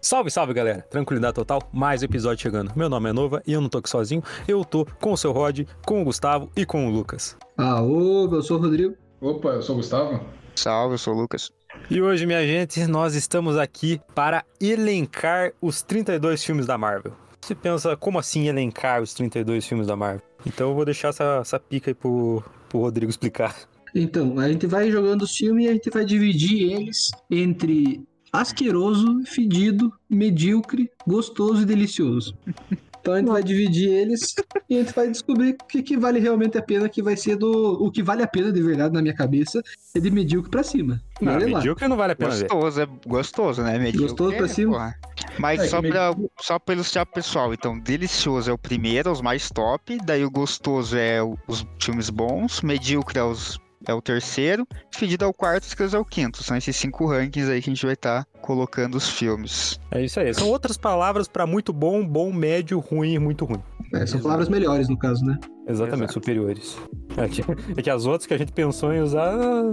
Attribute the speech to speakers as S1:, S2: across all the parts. S1: Salve, salve galera! Tranquilidade total, mais episódio chegando. Meu nome é Nova e eu não tô aqui sozinho, eu tô com o seu Rod, com o Gustavo e com o Lucas.
S2: Aô, Ah, eu sou o Rodrigo.
S3: Opa, eu sou o Gustavo.
S4: Salve, eu sou o Lucas.
S1: E hoje, minha gente, nós estamos aqui para elencar os 32 filmes da Marvel. Você pensa, como assim elencar os 32 filmes da Marvel? Então eu vou deixar essa, essa pica aí pro, pro Rodrigo explicar.
S2: Então, a gente vai jogando os filmes e a gente vai dividir eles entre asqueroso, fedido, medíocre, gostoso e delicioso. Então a gente vai dividir eles e a gente vai descobrir o que, que vale realmente a pena, que vai ser do. O que vale a pena de verdade na minha cabeça é de medíocre pra cima.
S3: Ah,
S1: Não, é
S2: Olha lá.
S1: medíocre não vale a pena ver.
S4: Gostoso, é gostoso, né? Medíocre,
S2: Gostoso pra
S4: é,
S2: cima?
S4: porra. Mas
S3: É,
S4: só,
S3: que
S4: pra, só pra ilustrar pro pessoal, então, delicioso é o primeiro, os mais top, daí o gostoso é o- os filmes bons, medíocre é, os, é o terceiro, fedido é o quarto, escroto é o quinto. São esses cinco rankings aí que a gente vai estar colocando os filmes.
S1: É isso aí. São outras palavras pra muito bom, bom, médio, ruim e muito ruim.
S2: É, são palavras melhores, no caso, né?
S1: Exatamente,
S4: Exato.
S1: superiores. É que, é que as outras que a gente pensou em usar ah,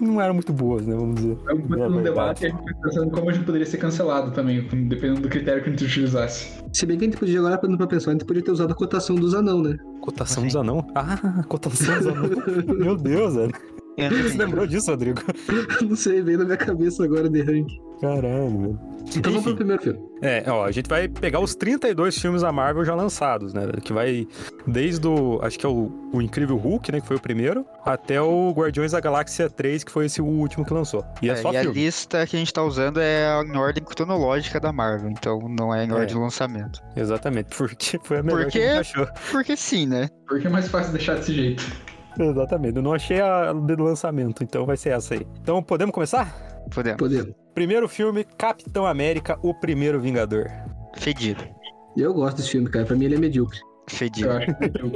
S1: não eram muito boas, né? Vamos dizer.
S3: É
S1: É
S3: um um
S1: verdade.
S3: debate que a gente foi pensando como a gente poderia ser cancelado também, com- dependendo do critério que a gente utilizasse.
S2: Se bem que a gente podia agora parando pra pensar, a gente podia ter usado a cotação dos anão, né?
S1: Cotação
S4: Assim.
S1: dos anão. Ah, cotação dos anão. Meu Deus, velho.
S4: Eu não
S1: Você
S2: né,
S4: entendi.
S1: lembrou disso, Rodrigo?
S2: Não sei, veio na minha cabeça agora de ranking.
S1: Caralho, velho.
S2: Então vamos
S1: Enfim.
S2: pro primeiro filme.
S1: É, ó, a gente vai pegar os 32 filmes da Marvel já lançados, né? Que vai desde o. Acho que é o, o Incrível Hulk, né? Que foi o primeiro, até o Guardiões da Galáxia 3, que foi esse o último que lançou. E é,
S4: É,
S1: só
S4: e a
S1: filme.
S4: lista que a gente tá usando é em ordem cronológica da Marvel, então não é em ordem de lançamento.
S1: Exatamente. Porque foi a melhor
S4: Porque-
S1: que a gente achou.
S4: Porque sim, né?
S3: Porque é mais fácil deixar desse jeito.
S1: Exatamente. Eu não achei a de lançamento, então vai ser essa aí. Então podemos começar?
S4: Podemos.
S2: Podemos.
S1: Primeiro filme, Capitão América, o primeiro Vingador.
S4: Fedido.
S2: Eu gosto desse filme, cara. Pra mim ele é medíocre.
S4: Fedido.
S3: Eu acho que eu-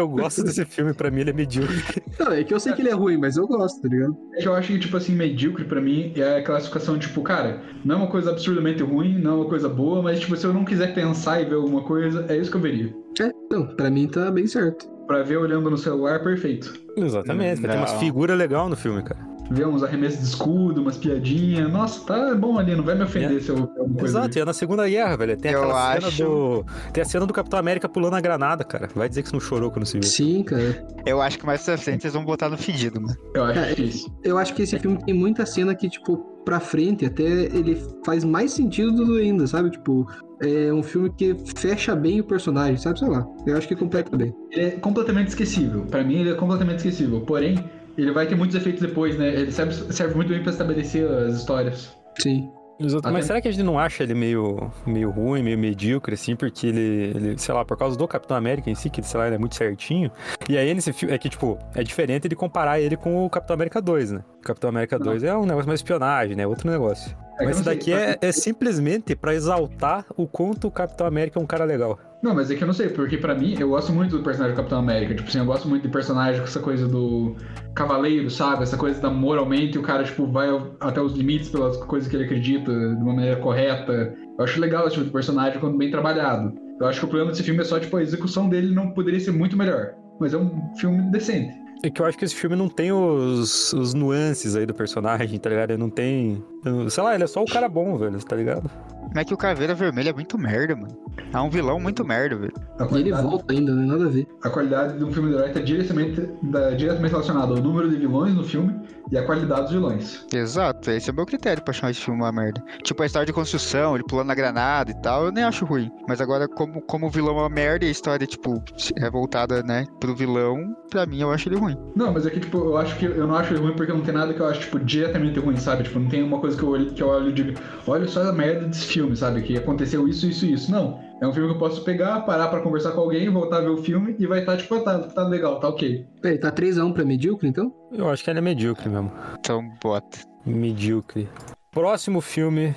S1: Eu gosto desse filme, pra mim ele é medíocre.
S2: Não, é que eu sei que ele é ruim, mas eu gosto, tá ligado?
S3: é que eu acho que, tipo assim, medíocre pra mim é a classificação, tipo, cara, não é uma coisa absurdamente ruim, não é uma coisa boa, mas, tipo, se eu não quiser pensar e ver alguma coisa, é isso que eu veria.
S2: É, então, pra mim tá bem certo.
S3: Pra ver olhando no celular, perfeito.
S1: Exatamente. Tem umas
S4: Não.
S1: figuras legais no filme, cara.
S3: Ver uns arremessos de escudo, umas piadinhas. Nossa, tá bom ali, não vai me ofender se eu ver alguma coisa.
S1: Exato, e é na Segunda Guerra, velho. Tem
S4: Eu
S1: aquela cena
S4: acho-
S1: do. Tem a cena do Capitão América pulando a granada, cara. Vai dizer que você não chorou quando se viu.
S2: Sim, cara.
S4: Eu acho que mais pra frente vocês vão botar no fedido, mano.
S3: Eu acho é difícil.
S2: Eu acho que esse filme tem muita cena que, tipo, pra frente até ele faz mais sentido do ainda, sabe? Tipo, é um filme que fecha bem o personagem, sabe? Sei lá. Eu acho que completa bem.
S3: Ele é completamente esquecível. Pra mim, ele é completamente esquecível. Porém, ele vai ter muitos efeitos depois, né? Ele serve, serve muito bem pra estabelecer as histórias. É
S2: Sim.
S1: Exato. Mas será que a gente não acha ele meio, meio ruim, meio medíocre, assim, porque ele, ele, sei lá, por causa do Capitão América em si, que, sei lá, ele é muito certinho. E aí nesse filme, é que, tipo, é diferente ele comparar ele com o Capitão América 2, né? O Capitão América
S3: Não.
S1: 2 é um negócio mais espionagem, né? Outro negócio.
S3: que eu
S1: Mas
S3: não
S1: esse
S3: sei,
S1: daqui é, é simplesmente pra exaltar o quanto o Capitão América é um cara legal.
S3: Não, mas é que eu não sei, porque pra mim, eu gosto muito do personagem do Capitão América. Tipo assim, eu gosto muito de personagem com essa coisa do cavaleiro, sabe? Essa coisa da moralmente, o cara, tipo, vai ao- até os limites pelas coisas que ele acredita, de uma maneira correta. Eu acho legal esse tipo de personagem quando bem trabalhado. Eu acho que o problema desse filme é só, tipo, a execução dele não poderia ser muito melhor. Mas é um filme decente.
S1: É que eu acho que esse filme não tem os, os nuances aí do personagem, tá ligado? Ele não tem. eu- Sei lá, ele é só o cara bom, velho, tá ligado?
S4: Mas é que o Caveira Vermelha é muito merda, mano. É um vilão muito merda, velho.
S3: A
S2: E ele
S3: qualidade-
S2: volta ainda, né? Nada a ver.
S3: A qualidade de um filme de herói está diretamente, da- diretamente relacionada ao número de vilões no filme e à qualidade dos vilões.
S4: Exato, esse é o meu critério pra chamar esse filme uma merda. Tipo, a história de construção, ele pulando na granada e tal, eu nem acho ruim. Mas agora, como, como o vilão é uma merda e a história, tipo, é voltada, né, pro vilão, pra mim eu acho ele ruim.
S3: Não, mas é que, tipo, eu acho que eu não acho ele ruim porque não tem nada que eu acho, tipo, diretamente ruim, sabe? Tipo, não tem uma coisa que eu olho, que eu olho e digo, olha só a merda desse filme, sabe? Que aconteceu isso, isso e isso. Não. É um filme que eu posso pegar, parar pra conversar com alguém, voltar a ver o filme e vai estar, tipo, ah, tá, tá legal, tá ok.
S2: Peraí, tá 3x1 pra medíocre, então?
S1: Eu acho que ele é medíocre mesmo.
S4: Então, bota.
S1: Medíocre. Próximo filme: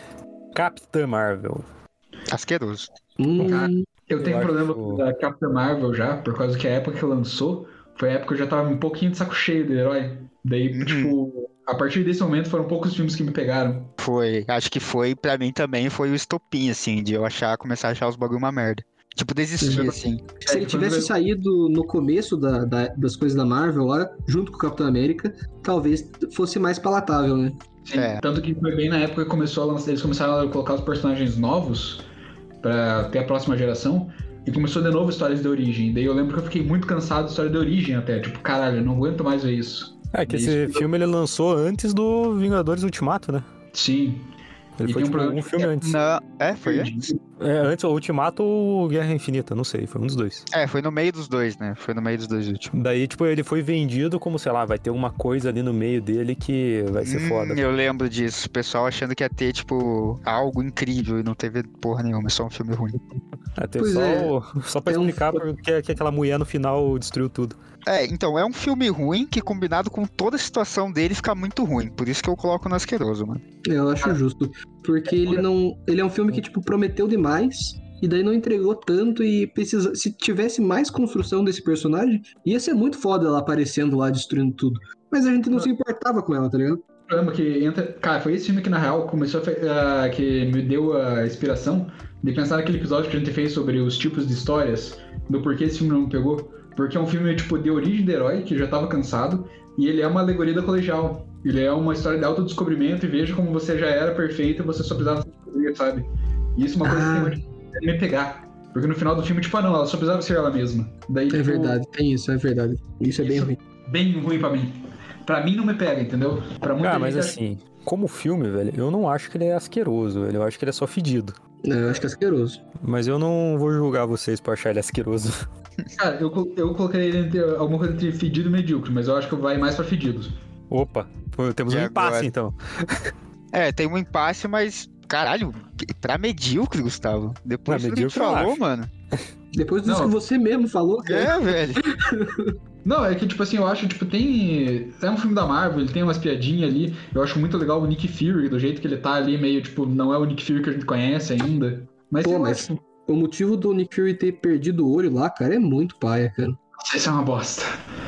S1: Capitã Marvel.
S4: Asqueroso.
S2: Hum,
S3: Cara, Eu
S1: Eu
S3: tenho um
S1: acho
S3: problema
S1: que o-
S3: da Capitã Marvel já, por causa que a época que lançou foi a época que eu já tava um pouquinho de saco cheio de herói. Daí,
S4: Uhum.
S3: tipo, a partir desse momento foram poucos filmes que me pegaram.
S4: Foi, acho que foi, pra mim também, foi o estopim, assim, de eu achar, começar a achar os bagulho uma merda. Tipo, desistir,
S2: Uhum.
S4: assim.
S2: se ele tivesse saído no começo da- da- das coisas da Marvel, lá, junto com o Capitão América, talvez fosse mais palatável, né?
S3: Sim,
S4: É.
S3: Tanto que foi bem na época que começou a lançar, eles começaram a colocar os personagens novos pra ter a próxima geração. E começou de novo histórias de origem. Daí eu lembro que eu fiquei muito cansado de história de origem até. Tipo, caralho, eu não aguento mais ver isso.
S1: É que
S3: Isso.
S1: esse filme ele lançou antes do Vingadores Ultimato, né?
S3: Sim.
S1: Ele
S3: E
S1: foi
S3: tem um
S1: tipo, um,
S3: problema que
S1: filme antes.
S4: Não, é, foi
S3: perdi.
S4: antes?
S1: É, antes o Ultimato ou Guerra Infinita, não sei, foi um dos dois.
S4: É, foi no meio dos dois, né? Foi no meio dos dois últimos.
S1: Daí, tipo, ele foi vendido como, sei lá, vai ter uma coisa ali no meio dele que vai ser
S4: Hum,
S1: foda.
S4: Eu lembro disso. O pessoal achando que ia ter, tipo, algo incrível e não teve porra nenhuma, é só um filme ruim.
S1: Até
S2: Pois
S1: só,
S2: é.
S1: só pra
S2: É um-
S1: explicar porque que aquela mulher no final destruiu tudo.
S4: É, então, é um filme ruim que combinado com toda a situação dele fica muito ruim. Por isso que eu coloco no asqueroso, mano.
S2: Eu acho justo. Porque ele não. Ele é um filme que, tipo, prometeu demais. E daí não entregou tanto e precisa. Se tivesse mais construção desse personagem, ia ser muito foda ela aparecendo lá, destruindo tudo. Mas a gente não se importava com ela, tá ligado?
S3: O problema que entra. Cara, foi esse filme que na real começou a fe- ah, que me deu a inspiração de pensar naquele episódio que a gente fez sobre os tipos de histórias, do porquê esse filme não me pegou. Porque é um filme tipo de origem de herói, que eu já tava cansado, e ele é uma alegoria da colegial. Ele é uma história de autodescobrimento e veja como você já era perfeito e você só precisava se descobrir, sabe? E isso é uma coisa
S2: Ah.
S3: que tem que me pegar. Porque no final do filme, tipo, ah não, ela só precisava ser ela mesma. Daí,
S2: É
S3: tipo,
S2: verdade, tem isso, é verdade. Isso é bem
S3: Isso-
S2: ruim.
S3: Bem ruim pra mim. Pra mim não me pega, entendeu? Pra muita
S1: Ah,
S3: gente
S1: mas
S3: acho
S1: assim, como filme, velho, eu não acho que ele é asqueroso, velho. Eu acho que ele é só fedido.
S2: É, eu acho que é asqueroso.
S1: Mas eu não vou julgar vocês por achar ele asqueroso.
S3: Cara, eu, col- eu coloquei ele entre alguma coisa entre fedido e medíocre, mas eu acho que vai mais pra fedidos.
S1: Opa, pô, temos
S4: E
S1: um impasse
S4: agora?
S1: então.
S4: É, tem um impasse, mas. Caralho, que- pra medíocre, Gustavo. Depois
S1: Pra
S4: do que a gente
S1: medíocre, eu
S4: falou,
S1: acho.
S4: mano.
S2: Depois disso
S3: Não.
S2: que você mesmo falou, cara.
S4: É, velho.
S3: Não, é que, tipo assim, eu acho, tipo, tem. É um filme da Marvel, ele tem umas piadinhas ali. Eu acho muito legal o Nick Fury, do jeito que ele tá ali, meio, tipo, não é o Nick Fury que a gente conhece ainda. Mas,
S2: Pô,
S3: sei lá,
S2: mas-
S3: tipo,
S2: O motivo do Nick Fury ter perdido o olho lá, cara, é muito paia, cara.
S3: nossa, isso é uma bosta.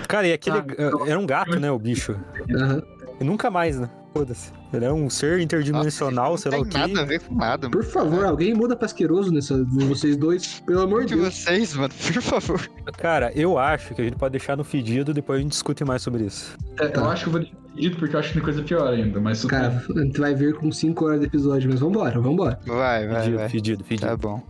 S1: Cara, e aquele.
S3: Ah, então-
S1: era um gato, né, o bicho?
S2: Aham.
S1: E nunca mais, né? Foda-se. Ele é um ser interdimensional, sei lá o
S4: Não
S1: quê.
S4: tem nada a ver com nada, mano.
S2: Por favor, alguém muda pra asqueroso nessa, vocês dois, pelo amor de
S4: De
S2: Deus.
S4: vocês, mano, por favor.
S1: Cara, eu acho que a gente pode deixar no fedido, depois a gente discute mais sobre isso.
S3: É, Eu
S2: Tá.
S3: acho que eu vou deixar fedido porque eu acho que tem coisa pior ainda, mas. tudo
S2: Cara,
S3: bem.
S2: a gente vai vir com 5 horas de episódio, mas vambora, vambora.
S4: Vai, vai,
S1: Fedido,
S4: vai.
S1: fedido,
S4: Tá
S1: fedido.
S4: bom.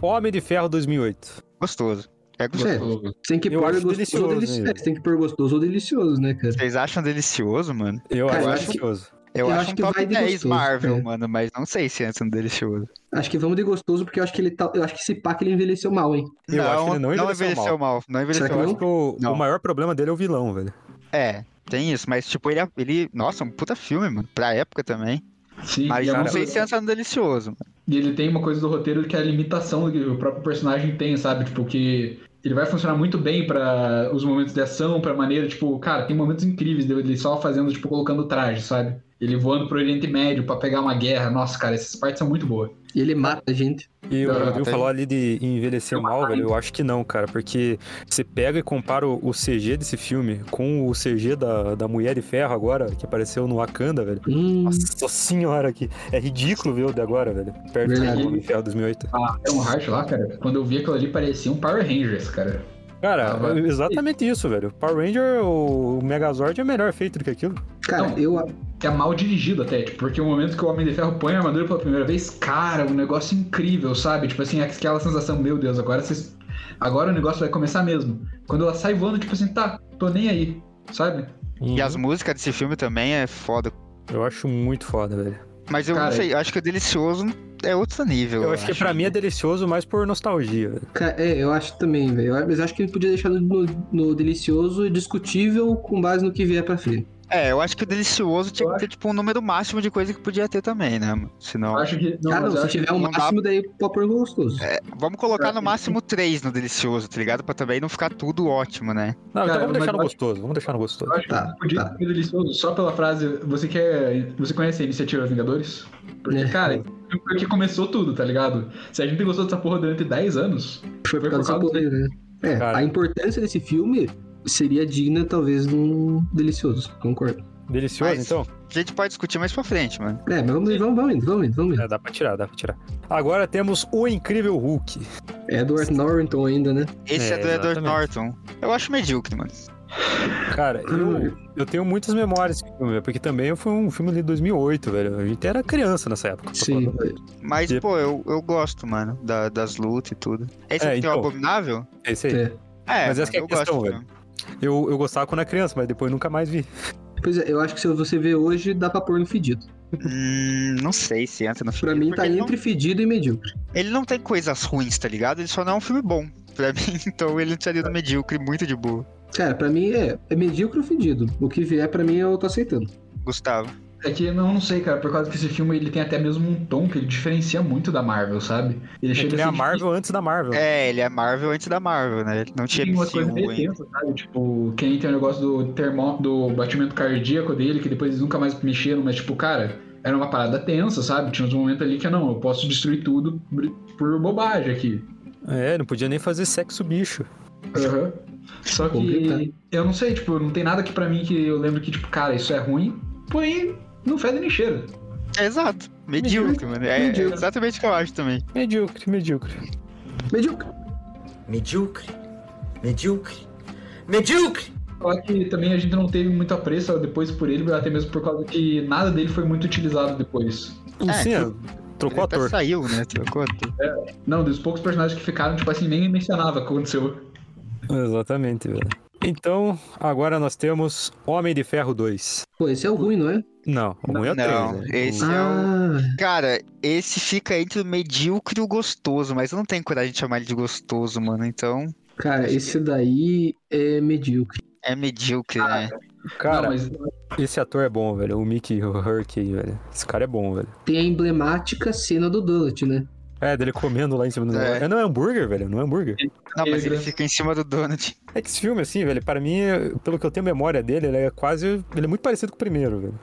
S1: Homem de Ferro 2008.
S4: Gostoso. É gostoso.
S2: É, você tem que
S1: Eu
S2: pôr
S1: acho
S2: gostoso ou
S1: delicioso,
S2: delici-
S1: né?
S2: é, você tem que pôr gostoso ou delicioso, né, cara?
S4: Vocês acham delicioso, mano?
S1: Eu
S2: Cara,
S1: acho
S4: eu acho-
S1: delicioso.
S4: Eu,
S2: Eu
S4: acho,
S2: acho
S4: um
S2: que
S4: top
S2: vai de
S4: 10
S2: gostoso,
S4: Marvel,
S2: é.
S4: mano, mas não sei se é um delicioso.
S2: Acho que vamos de gostoso, porque eu acho que ele tá. Eu acho que esse pá que ele envelheceu mal, hein?
S1: Eu acho que ele não envelheceu
S4: mal. Não envelheceu
S2: Será
S1: Eu
S2: que
S4: mal.
S1: acho que o,
S4: Não.
S1: o maior problema dele é o vilão, velho.
S4: É, tem isso, mas tipo, ele, ele. Nossa, um puta filme, mano. Pra época também.
S3: Sim,
S4: Mas
S3: e, é
S4: não
S3: uma
S4: sei
S3: coisa-
S4: se entra no delicioso.
S3: e ele tem uma coisa do roteiro que é a limitação que o próprio personagem tem, sabe? Tipo, que. Ele vai funcionar muito bem pra os momentos de ação, pra maneira, tipo, cara, tem momentos incríveis dele só fazendo, tipo, colocando traje, sabe? Ele voando pro Oriente Médio pra pegar uma guerra. Nossa, cara, essas partes são muito boas.
S2: E ele mata a gente.
S1: E o
S3: Não,
S1: Rodrigo
S4: tem-
S1: falou ali de envelhecer
S3: Tem uma
S1: mal,
S3: vibe.
S1: velho. Eu acho que não, cara. Porque você pega e compara o, o CG desse filme com o CG da, da Mulher de Ferro agora, que apareceu no Wakanda, velho.
S2: Hum,
S1: Nossa senhora, que é ridículo ver o de agora, velho. Perto
S2: Verdade.
S1: do Homem de Ferro 2008.
S3: É um Hart lá, cara. Quando eu vi aquilo ali, parecia um Power Rangers, cara.
S1: Cara,
S3: Ah, vai.
S1: é exatamente isso, velho. Power Ranger, o Megazord é melhor feito do que aquilo.
S2: cara,
S3: Não.
S2: eu.
S3: Que é mal dirigido até, tipo, porque o momento que o Homem de Ferro põe a armadura pela primeira vez, cara, um negócio incrível, sabe? Tipo assim, aquela sensação, meu Deus, agora vocês. Agora o negócio vai começar mesmo. Quando ela sai voando, tipo assim, tá, tô nem aí, sabe?
S4: E
S1: Uhum.
S4: as músicas desse filme também é foda.
S1: Eu acho muito foda, velho.
S4: Mas eu
S3: Cara,
S4: não sei, eu acho que o delicioso é outro nível.
S1: Eu acho que pra mim é delicioso mais por nostalgia, velho.
S2: Cara, é, eu acho também, velho. Mas eu acho que ele podia deixar no, no delicioso e discutível com base no que vier pra frente.
S4: É, eu acho que o delicioso tinha
S3: Eu
S4: que ter, tipo, um número máximo de coisa que podia ter também, né, mano?
S3: Eu
S4: Senão.
S3: acho que.
S2: ah,
S3: mas
S2: não,
S3: eu
S2: se
S3: acho
S2: tiver o
S4: não dá-
S2: máximo, daí pode pôr gostoso.
S4: Vamos colocar no
S3: Eu-
S4: máximo três no delicioso, tá ligado? Pra também não ficar tudo ótimo, né?
S1: Não, então
S3: Cara,
S1: vamos
S3: mas
S1: deixar no
S3: eu acho-
S1: gostoso, vamos deixar no gostoso.
S3: eu acho que
S2: Tá,
S3: podia
S2: tá.
S3: ser delicioso só pela frase. Você quer. Você conhece a iniciativa Vingadores? Porque,
S2: É.
S3: cara, foi que começou tudo, tá ligado? Se a gente gostou dessa porra durante 10 anos,
S2: Foi por causa dessa
S3: do-
S2: porra aí, né? É,
S1: Cara.
S2: a importância desse filme seria digna, talvez, de um delicioso, concordo.
S1: Delicioso,
S4: Mas-
S1: então?
S4: A gente pode discutir mais pra frente, mano.
S2: É, mas vamos, vamos, vamos indo, vamos indo, vamos indo.
S1: É, dá pra tirar, dá pra tirar. Agora temos o incrível Hulk.
S2: É do Edward Norton ainda, né?
S4: Esse é,
S1: É,
S4: do Edward
S1: exatamente.
S4: Norton. Eu acho medíocre, mano.
S1: Cara, eu, eu tenho muitas memórias desse filme, porque também foi um filme ali de 2008, velho. A gente era criança nessa época.
S2: Sim.
S4: Mas,
S1: E-
S4: pô, eu, eu gosto, mano, da- das lutas e tudo. Esse
S1: É,
S4: aqui tem o
S1: então.
S4: Abominável?
S1: É isso aí.
S2: É.
S4: É,
S1: Mas essa que é a
S4: eu
S1: questão,
S4: gosto.
S1: velho.
S4: né?
S1: Eu, eu gostava quando era criança, mas depois nunca mais vi.
S2: Pois é, eu acho que se você ver hoje, dá pra pôr no fedido.
S4: Hum, não sei se entra no filme.
S2: Pra mim
S4: porque é
S2: tá
S4: ele não-
S2: entre fedido e medíocre.
S4: Ele não tem coisas ruins, tá ligado? Ele só não é um filme bom. Pra mim, então ele estaria
S1: É.
S4: no medíocre muito de boa.
S2: Cara, pra mim é, é medíocre ou fedido. O que vier, pra mim, eu tô aceitando.
S4: Gustavo.
S3: É que não, não sei, cara, por causa que esse filme ele tem até mesmo um tom que ele diferencia muito da Marvel, sabe? Ele
S1: É que
S3: chega
S1: nem
S3: a
S1: a
S3: ser
S1: Marvel antes da Marvel.
S4: É, ele é Marvel antes da Marvel, né? Ele não tinha
S3: Tem umas coisas
S4: MCU
S3: meio
S4: ainda.
S3: tensas, sabe? Tipo, quem tem o negócio do termo, do batimento cardíaco dele, que depois eles nunca mais mexeram, mas tipo, cara, era uma parada tensa, sabe? Tinha uns momentos ali que não, eu posso destruir tudo por- por bobagem aqui.
S1: É, não podia nem fazer sexo bicho.
S3: Aham. Só que
S2: Complicado.
S3: eu não sei, tipo, não tem nada que pra mim que eu lembro que, tipo, cara, isso é ruim, porém não fede nem cheira.
S4: Exato. Medíocre, mano. É, é
S2: Medíocre.
S4: exatamente o que eu acho também.
S1: Medíocre, medíocre.
S2: Medíocre.
S5: Medíocre. Medíocre. Medíocre!
S3: Só que também a gente não teve muito apreço depois por ele, até mesmo por causa que nada dele foi muito utilizado depois.
S1: Não
S4: É,
S1: sei, trocou
S4: Ele até
S1: ator.
S4: saiu, né? Trocou ator.
S3: Não, dos poucos personagens que ficaram, tipo assim, nem mencionava o que aconteceu.
S1: Exatamente, velho. Então, agora nós temos Homem de Ferro 2.
S2: Pô, esse é o ruim, não é?
S1: Não, o ruim é o
S4: Não,
S1: 3.
S4: esse é o...
S2: Ah,
S4: Cara, esse fica entre o medíocre e o gostoso, mas eu não tenho coragem de chamar ele de gostoso, mano. Então,
S2: cara, esse daí é medíocre.
S4: é medíocre,
S3: Ah,
S4: né?
S1: Cara,
S3: não, mas
S1: esse ator é bom, velho. O Mickey Hurk aí, velho. Esse cara é bom, velho.
S2: Tem a emblemática cena do Donut, né?
S1: É, dele comendo lá em cima do
S4: É.
S1: negócio. É, não é hambúrguer, velho. Não é hambúrguer.
S4: Não, mas ele
S3: Ele-
S4: fica em cima do Donut.
S1: É que esse filme, assim, velho, pra mim, pelo que eu tenho memória dele, ele é quase. Ele é muito parecido com o primeiro, velho.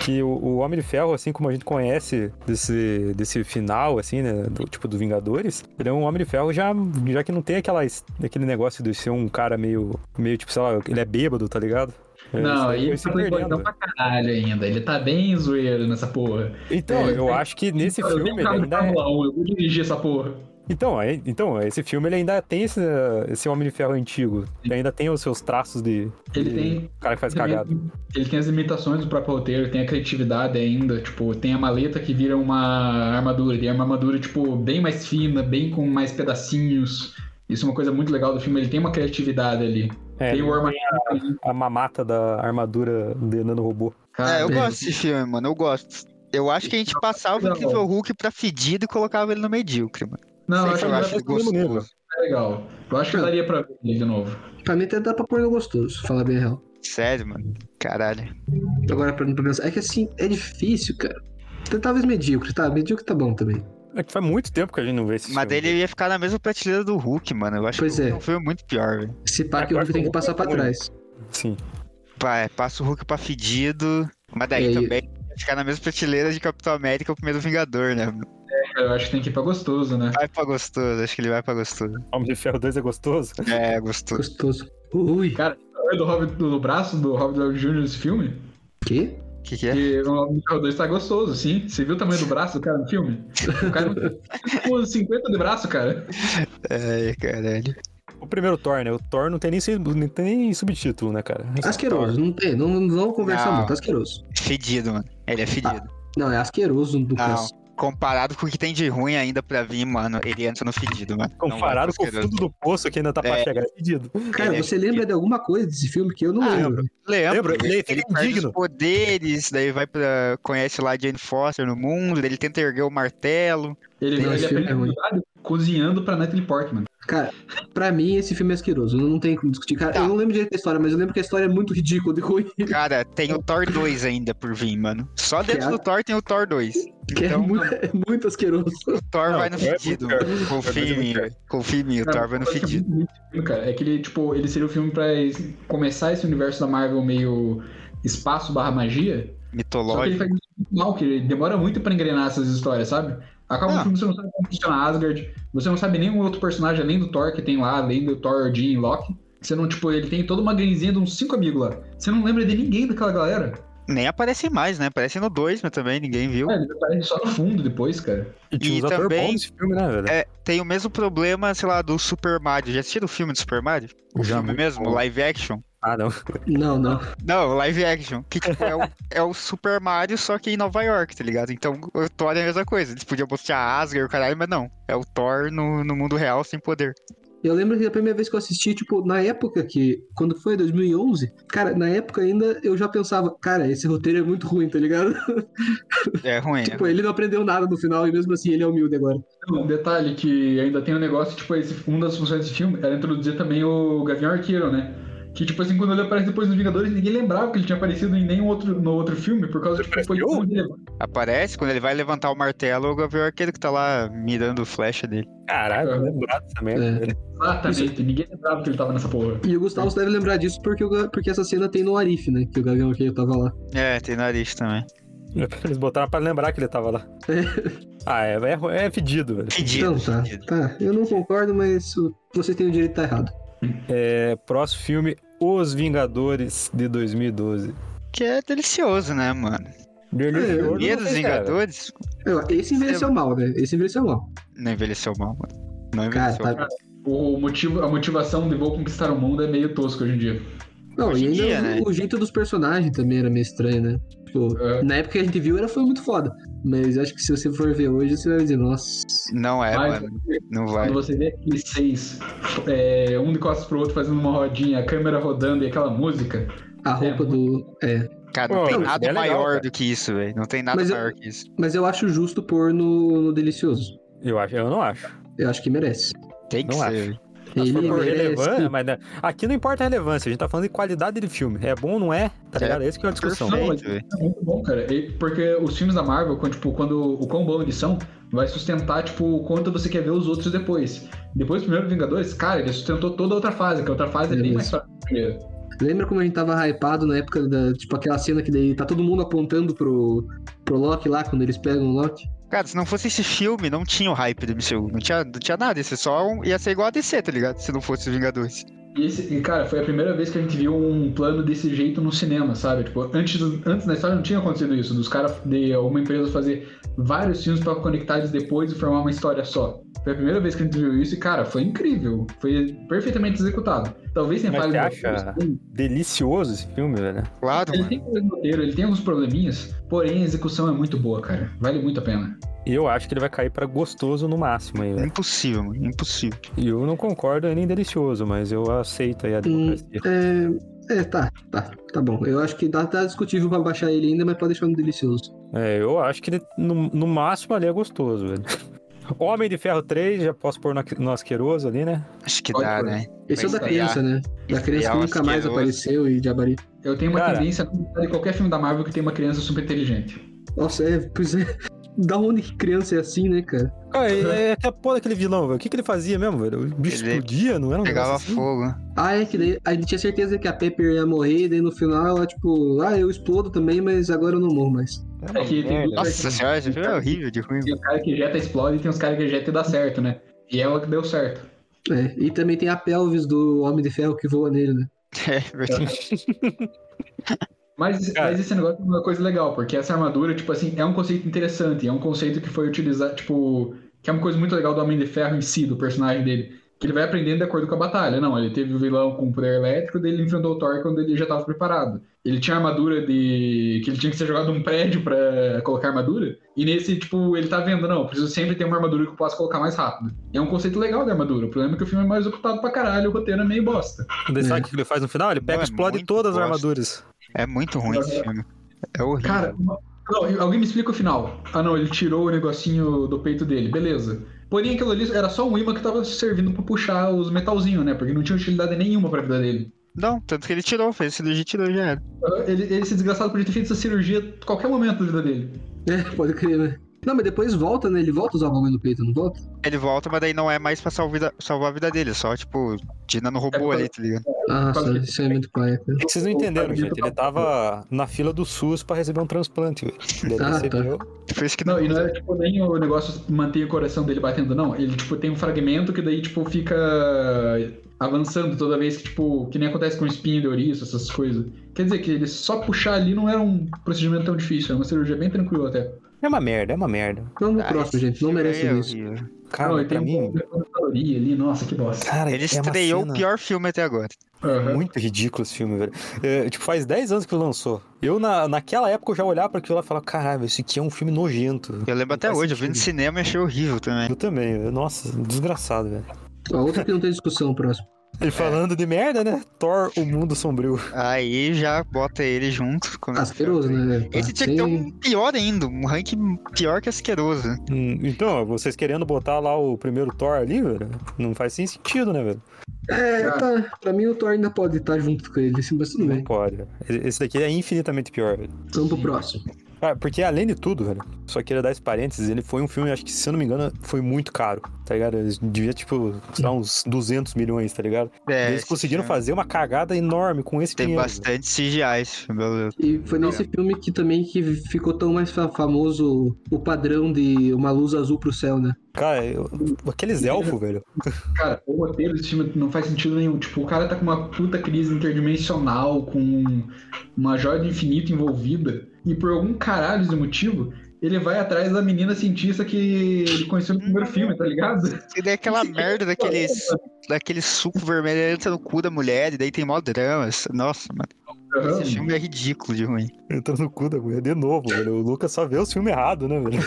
S1: Que o, o Homem de Ferro, assim como a gente conhece desse, desse final, assim, né? Do, tipo, do Vingadores, ele é um Homem de Ferro já, já que não tem aquela, es- aquele negócio de ser um cara meio, meio, tipo, sei lá, ele é bêbado, tá ligado? É, isso
S3: não,
S1: aí
S3: ele
S1: foi se
S3: tá
S1: perdendo,
S3: playboyzão
S1: velho.
S3: pra caralho ainda. Ele tá bem zoeiro nessa porra.
S1: Então,
S3: É,
S1: eu
S3: tem-
S1: acho que nesse
S3: eu tenho
S1: filme
S3: um
S1: ele
S3: carro de
S1: ainda é...
S3: Fórmula 1, eu vou dirigir essa porra.
S1: Então, aí- então, esse filme ele ainda tem esse, esse Homem de Ferro antigo. Ele ainda tem os seus traços de,
S3: Ele é
S1: de
S3: tem.
S1: cara que faz
S3: também-
S1: cagada.
S3: Ele tem as limitações do próprio roteiro, tem a criatividade ainda, tipo, tem a maleta que vira uma armadura, e é uma armadura, tipo, bem mais fina, bem com mais pedacinhos. Isso é uma coisa muito legal do filme, ele tem uma criatividade ali.
S1: É,
S3: tem o arma...
S1: a mamata da armadura de nanorobô.
S3: Cara,
S4: é, eu
S2: é.
S4: gosto desse filme, mano. Eu gosto. Eu acho que a gente passava o
S3: Não.
S4: Incrível Hulk pra fedido e colocava ele no medíocre, mano.
S3: Não, eu
S4: Sei
S3: acho
S4: que
S3: que
S4: eu
S3: vai
S4: acho
S3: ficar
S1: ele
S4: gostoso.
S3: legal. Eu acho que
S2: Não.
S3: daria pra ver ele de novo.
S2: Pra mim até dá pra pôr no gostoso, falar bem a real.
S4: Sério, mano. Caralho.
S2: Agora pra pra pensar. É que assim, é difícil, cara. Então, Talvez medíocre, tá? Medíocre tá bom também.
S1: É que faz muito tempo que a gente não vê esse
S4: Mas
S1: filme.
S4: ele ia ficar na mesma prateleira do Hulk, mano. Eu acho
S2: Pois
S4: que o
S2: é.
S4: Hulk é um filme muito pior, velho.
S2: Esse pá
S1: É,
S2: que eu
S1: pior que
S2: tenho
S1: o
S2: que passar pra
S1: Hulk é
S2: trás.
S1: Sim.
S4: Pá, é, passa o Hulk pra fedido. Mas daí
S2: É, e-
S4: também ia ficar na mesma prateleira de Capitão América o primeiro Vingador, né?
S3: Cara, eu acho que tem que ir pra gostoso, né?
S4: Vai pra gostoso, acho que ele vai pra gostoso.
S1: Homem de Ferro 2 é gostoso?
S4: É, gostoso.
S2: Gostoso. Ui,
S3: É do Robert do braço do Robert Downey Jr. nesse filme?
S2: que?
S4: O que, que é?
S3: E o Homem de Ferro 2 tá gostoso, sim. Você viu o tamanho do braço do cara no filme? O cara tem 50 de braço, cara.
S4: Ai, caralho.
S1: O primeiro Thor, né? O Thor não tem nem, sub- não tem nem subtítulo, né, cara? Esse
S2: Asqueroso, não tem. Não, não vamos conversar
S4: Não.
S2: muito, asqueroso.
S4: Fedido, mano. Ele é fedido.
S2: Não, é asqueroso do
S4: Não.
S2: cacete.
S4: Comparado com o que tem de ruim ainda pra vir, mano, ele entra no fedido, mano.
S1: Thor, Comparado com o fundo do poço que ainda tá pra
S4: É.
S1: chegar, é pedido.
S2: Cara,
S4: Ele é
S2: você lembra de alguma coisa desse filme que eu não
S4: Ah,
S2: lembro?
S4: Lembra?
S1: Lembra? Ele
S4: Ele,
S1: fica
S4: perde
S1: indigno.
S4: os poderes, daí vai pra... Conhece lá a Jane Foster no mundo, daí ele tenta erguer o martelo.
S3: Ele,
S2: Tem
S3: ele
S2: esse filme
S3: aprende
S2: é ruim.
S3: cuidado cozinhando pra Natalie Portman.
S2: Cara, pra mim esse filme é asqueroso. Não tem como discutir. Cara,
S4: Tá.
S2: eu não lembro direito da história, mas eu lembro que a história é muito ridícula de ruim.
S4: Cara, tem o Thor 2 ainda por vir, mano. Só dentro
S2: Que
S4: do Thor tem o Thor 2.
S2: Que é,
S4: Então,
S2: muito, é muito asqueroso.
S4: o Thor
S1: Não,
S4: vai no
S1: Thor é muito
S4: fedido.
S1: pior.
S4: mano. Confia em mim, velho. Confia em mim, o Thor vai no
S3: Eu acho que é
S4: fedido.
S3: muito ruim esse filme, cara. É que ele, tipo, ele seria o filme pra es- começar esse universo da Marvel meio espaço barra magia. Só que ele
S4: Mitológico.
S3: faz isso muito mal, que ele demora muito pra engrenar essas histórias, sabe? Acaba
S4: Ah.
S3: o filme, você não sabe como funciona Asgard, você não sabe nenhum outro personagem além do Thor que tem lá, além do Thor, Jean e Loki. Você não, tipo, ele tem toda uma ganguezinha de uns cinco amigos lá. Você não lembra de ninguém daquela galera.
S4: Nem aparece mais, né? Aparece no 2, mas também ninguém viu.
S3: É, ele aparece só no fundo depois, cara.
S1: E tinha
S4: E
S1: uns atores
S4: também-
S1: bons nesse filme, né, velho?
S4: É, tem o mesmo problema, sei lá, do Super Mario. Já assistiram o filme é do Super Mario? O
S1: Já,
S4: filme
S1: muito
S4: mesmo,
S1: bom.
S4: live action?
S1: Ah, não.
S2: Não, não.
S4: Não, live action. Que tipo, é, o, é o Super Mario, só que em Nova York, tá ligado? Então o Thor é a mesma coisa. Eles podiam mostrar a Asgard e o caralho, mas não. É o Thor no, no mundo real sem poder.
S2: Eu lembro que a primeira vez que eu assisti, tipo, na época que. Quando foi? 2011? Cara, na época ainda eu já pensava, cara, esse roteiro é muito ruim, tá ligado?
S4: É ruim.
S2: tipo, ele não aprendeu nada no final e mesmo assim ele é humilde agora.
S3: Um detalhe que ainda tem um negócio, tipo, esse, uma das funções desse filme era introduzir também o Gavião Arqueiro, né? Que, tipo assim, quando ele aparece depois nos Vingadores, ninguém lembrava que ele tinha aparecido em nenhum outro, no outro filme, por causa de que foi
S1: Apareceu?
S3: irrelevante.
S4: Aparece, quando ele vai levantar o martelo, o Gavião Arqueiro que tá lá mirando flecha dele.
S1: Caralho,
S2: É.
S1: eu lembrado dessa merda. velho.
S3: Exatamente, ninguém lembrava que ele tava nessa porra.
S2: E o Gustavo deve lembrar disso porque, o Ga- porque essa cena tem no Arif, né? Que o Gavião Arqueiro tava lá.
S4: É, tem nariz também.
S1: Eles botaram pra lembrar que ele tava lá. ah, é, é, ru- é fedido, velho.
S4: Fedido.
S2: Então tá,
S4: fedido.
S2: tá. Eu não concordo, mas o- vocês têm o direito de estar errado.
S1: É, próximo filme, Os Vingadores de 2012.
S4: Que é delicioso, né, mano?
S1: Vermelho
S2: É,
S1: e Ouro não
S4: Primeiro dos
S1: tem, cara.
S4: Vingadores.
S2: Eu- É, Esse envelheceu mal, né? Esse envelheceu mal.
S4: Não envelheceu mal, mano. Não
S2: Cara,
S4: envelheceu
S2: tá.
S4: mal.
S3: O motivo, a motivação de vou conquistar o mundo é meio tosco hoje em dia.
S2: Não,
S4: Hoje
S2: e
S4: em
S2: ainda
S4: dia,
S2: o-
S4: né?
S2: o jeito dos personagens também era meio estranho, né? Tipo,
S3: É.
S2: na época que a gente viu era foi muito foda. Mas acho que se você for ver hoje, você vai dizer, nossa.
S4: Não é,
S3: Mas-
S4: mano. Não vai.
S3: Quando você vê aqueles seis, é, um de costas pro outro fazendo uma rodinha, a câmera rodando e aquela música,
S2: A roupa
S3: É,
S2: do. É.
S4: Cara, não
S1: Pô,
S4: tem
S1: isso
S4: nada
S1: é legal,
S4: maior
S1: cara.
S4: do que isso, velho. Não tem nada
S2: Mas eu-
S4: maior que isso.
S2: Mas eu acho justo pôr no, no Delicioso.
S1: Eu, acho, eu não acho.
S2: Eu acho que merece.
S4: Tem que
S1: Não
S4: ser. velho.
S1: Se for por relevância,
S2: merece.
S1: mas né, aqui não importa a relevância, a gente tá falando de qualidade de filme. É bom ou não é? Tá ligado? É isso que é a discussão.
S4: Perfeito, velho.
S3: é muito bom, cara. E- porque os filmes da Marvel, quando, tipo, quando o quão bom eles são, vai sustentar, tipo, o quanto você quer ver os outros depois. Depois do primeiro Vingadores, cara, ele sustentou toda a outra fase, que a outra fase é bem
S2: Beleza.
S3: mais fraca que a primeira.
S2: Lembra como a gente tava hypado na época da. Tipo, aquela cena que daí tá todo mundo apontando pro, pro Loki lá, quando eles pegam o Loki?
S4: Cara, se não fosse esse filme, não tinha o hype do MCU. Não tinha, não tinha nada. Ia ser só um... Ia ser igual a DC, tá ligado? Se não fosse os Vingadores.
S3: E, esse- e, cara, foi a primeira vez que a gente viu um plano desse jeito no cinema, sabe? Tipo, antes, antes na história não tinha acontecido isso, dos caras de alguma empresa fazer vários filmes pra conectar eles depois e formar uma história só. Foi a primeira vez que a gente viu isso e, cara, foi incrível. Foi perfeitamente executado. Talvez tenha
S1: Mas
S3: falhas
S1: você
S3: de roteiro,
S1: acha-
S3: sim.
S1: Delicioso esse filme, velho.
S4: Claro,
S3: Ele
S4: mano.
S3: tem falhas de roteiro, ele tem alguns probleminhas, porém a execução é muito boa, cara. Vale muito a pena.
S1: E eu acho que ele vai cair pra gostoso no máximo
S2: É.
S1: aí, velho.
S4: Impossível, mano. Impossível.
S1: E eu não concordo é nem delicioso, mas eu aceito aí a democracia.
S2: É. É, tá, tá, tá bom. Eu acho que tá, tá discutível pra baixar ele ainda, mas pode deixar no Delicioso.
S1: É, eu acho que ele, no, no máximo ali é gostoso, velho. Homem de Ferro 3, já posso pôr no, aque- no asqueroso ali, né?
S4: Acho que
S3: Pode
S4: dá,
S3: pôr.
S4: né?
S2: Esse é o
S3: Vai
S2: da criança, né? Da
S4: Isso
S2: criança
S4: é
S2: que nunca mais
S4: asqueroso.
S2: apareceu e de Jabari.
S3: Eu tenho uma
S1: Cara.
S3: tendência a comentar de qualquer filme da Marvel que tem uma criança super inteligente.
S2: Nossa, é, pois é. Da onde que criança é assim, né, cara?
S1: Cara, é, é aquela porra daquele vilão, velho. O que, que ele fazia mesmo, velho? O bicho
S4: Uhum. Ele
S1: explodia, não era um
S4: Pegava
S1: negócio assim?
S4: fogo.
S2: Ah, é que daí a gente tinha certeza que a Pepper ia morrer, e daí no final ela, tipo, ah, eu explodo também, mas agora eu não morro mais.
S1: uma
S3: É que tem
S1: merda.
S3: duas
S4: Nossa senhora, esse filme é horrível de ruim.
S3: Tem os caras que jeta explode e tem os caras que jeta e dá certo, né? E ela que deu certo.
S2: É, e também tem a pelvis do Homem de Ferro que voa nele, né?
S4: É verdade.
S3: Mas,
S1: Cara.
S3: mas esse negócio é uma coisa legal, porque essa armadura, tipo assim, é um conceito interessante, é um conceito que foi utilizado, tipo, que é uma coisa muito legal do Homem de Ferro em si, do personagem dele. Que ele vai aprendendo de acordo com a batalha. Não, ele teve o vilão com poder elétrico, daí ele enfrentou o Thor quando ele já estava preparado. Ele tinha armadura de. que ele tinha que ser jogado um prédio pra colocar armadura. E nesse, tipo, ele tá vendo, não, eu preciso sempre ter uma armadura que eu possa colocar mais rápido. É um conceito legal da armadura. O problema é que o filme é mal executado pra caralho, o roteiro é meio bosta.
S1: Daí Sabe o que ele faz no final? Ele pega
S4: Não,
S1: e
S4: é
S1: explode
S4: muito
S1: todas
S4: bosta.
S1: as armaduras.
S4: É muito ruim esse filme. É horrível.
S3: Cara, uma- não, e alguém me explica o final. Ah, não, ele tirou o negocinho do peito dele, beleza. Porém, aquilo ali era só um imã que tava servindo pra puxar os metalzinhos, né? Porque não tinha utilidade nenhuma pra vida dele.
S4: Não, tanto que ele tirou, fez cirurgia e tirou já era.
S3: Ah, Ele, ele esse desgraçado podia ter feito essa cirurgia a qualquer momento da vida dele.
S2: É, pode crer, né? Não, mas depois volta, né? Ele volta a usar o bagulho no peito, não volta?
S4: Ele volta, mas daí não é mais pra salvar, a vida- salvar a vida dele, só tipo, de nanorobô
S3: É,
S4: ali, tá ligado?
S2: Ah,
S3: Quase que-
S2: isso é muito pai, cara.
S1: É que vocês não
S3: O
S1: entenderam,
S3: Magneto
S1: gente. Ele tava na fila do SUS pra receber um transplante, velho. Daí Ele
S2: Ah, tá.
S1: recebeu.
S4: Por isso que não.
S3: Não, e
S2: é
S3: não era tipo nem o negócio manter o coração dele batendo, não. Ele, tipo, tem um fragmento que daí, tipo, fica avançando toda vez que, tipo, que nem acontece com espinho de ouriço, essas coisas. Quer dizer que ele só puxar ali não era um procedimento tão difícil, era uma cirurgia bem tranquila até.
S1: É uma merda, é uma merda.
S2: Vamos
S4: Ah,
S2: pro próximo,
S4: esse
S2: gente. Não
S4: filme
S2: merece
S4: é
S2: isso.
S4: horrível.
S1: Cara,
S3: Não, e
S1: pra
S3: tem
S1: mim.
S3: um decontador de caloria ali, nossa, que bosta.
S1: Cara,
S4: Ele
S1: é uma
S4: estreou
S1: cena-
S4: o pior filme até agora.
S1: É
S3: Aham.
S1: Muito ridículo esse filme, velho. É, tipo, faz 10 anos que ele lançou. Eu, na, naquela época, eu já olhava pra aquilo lá e falava, caralho, isso aqui é um filme nojento.
S4: Eu lembro
S1: Não
S4: até
S1: faz
S4: hoje, eu vi no
S1: sentido.
S4: cinema e achei horrível também.
S1: Eu também, velho. nossa, desgraçado, velho.
S2: A outra que não tem discussão, o próximo.
S1: E falando de merda, né? Thor, o mundo sombrio.
S4: Aí já bota ele junto. com-
S2: Asqueroso, né?
S4: Esse tinha que ter um pior ainda, um ranking pior que asqueroso.
S1: Hum, Então, vocês querendo botar lá o primeiro Thor ali, velho, não faz sem sentido, né, velho?
S2: É, tá. Pra mim o Thor ainda pode estar junto com ele, assim, mas tudo
S1: Não
S2: bem.
S1: pode. velho. Esse daqui é infinitamente pior, velho.
S2: Vamos pro próximo.
S1: Ah, porque além de tudo, velho, só queria dar esse parênteses, ele foi um filme, acho que se eu não me engano, foi muito caro, tá ligado? Ele devia, tipo, sei lá, uns 200 milhões, tá ligado?
S4: É,
S1: Eles
S4: esse
S1: conseguiram
S4: filme
S1: fazer uma cagada enorme com esse
S4: Tem
S1: dinheiro,
S4: bastante CGI esse filme, meu Deus.
S2: E foi nesse filme que também que ficou tão mais fa- famoso o padrão de uma luz azul pro céu, né?
S1: velho. Cara, eu- aqueles elfos, velho.
S3: Cara, o roteiro desse time não faz sentido nenhum. Tipo, o cara tá com uma puta crise interdimensional, com uma joia do infinito envolvida, e por algum caralho de motivo, ele vai atrás da menina cientista que ele conheceu no primeiro filme, tá ligado?
S4: E daí aquela merda
S2: é
S4: daquele, daquele suco vermelho ele entra no cu da mulher, e daí tem mó drama. Nossa, mano,
S3: Aham.
S4: esse filme é ridículo de ruim.
S1: Entrando no cu da mulher de novo, velho. O Lucas só vê os filmes errados, né, velho?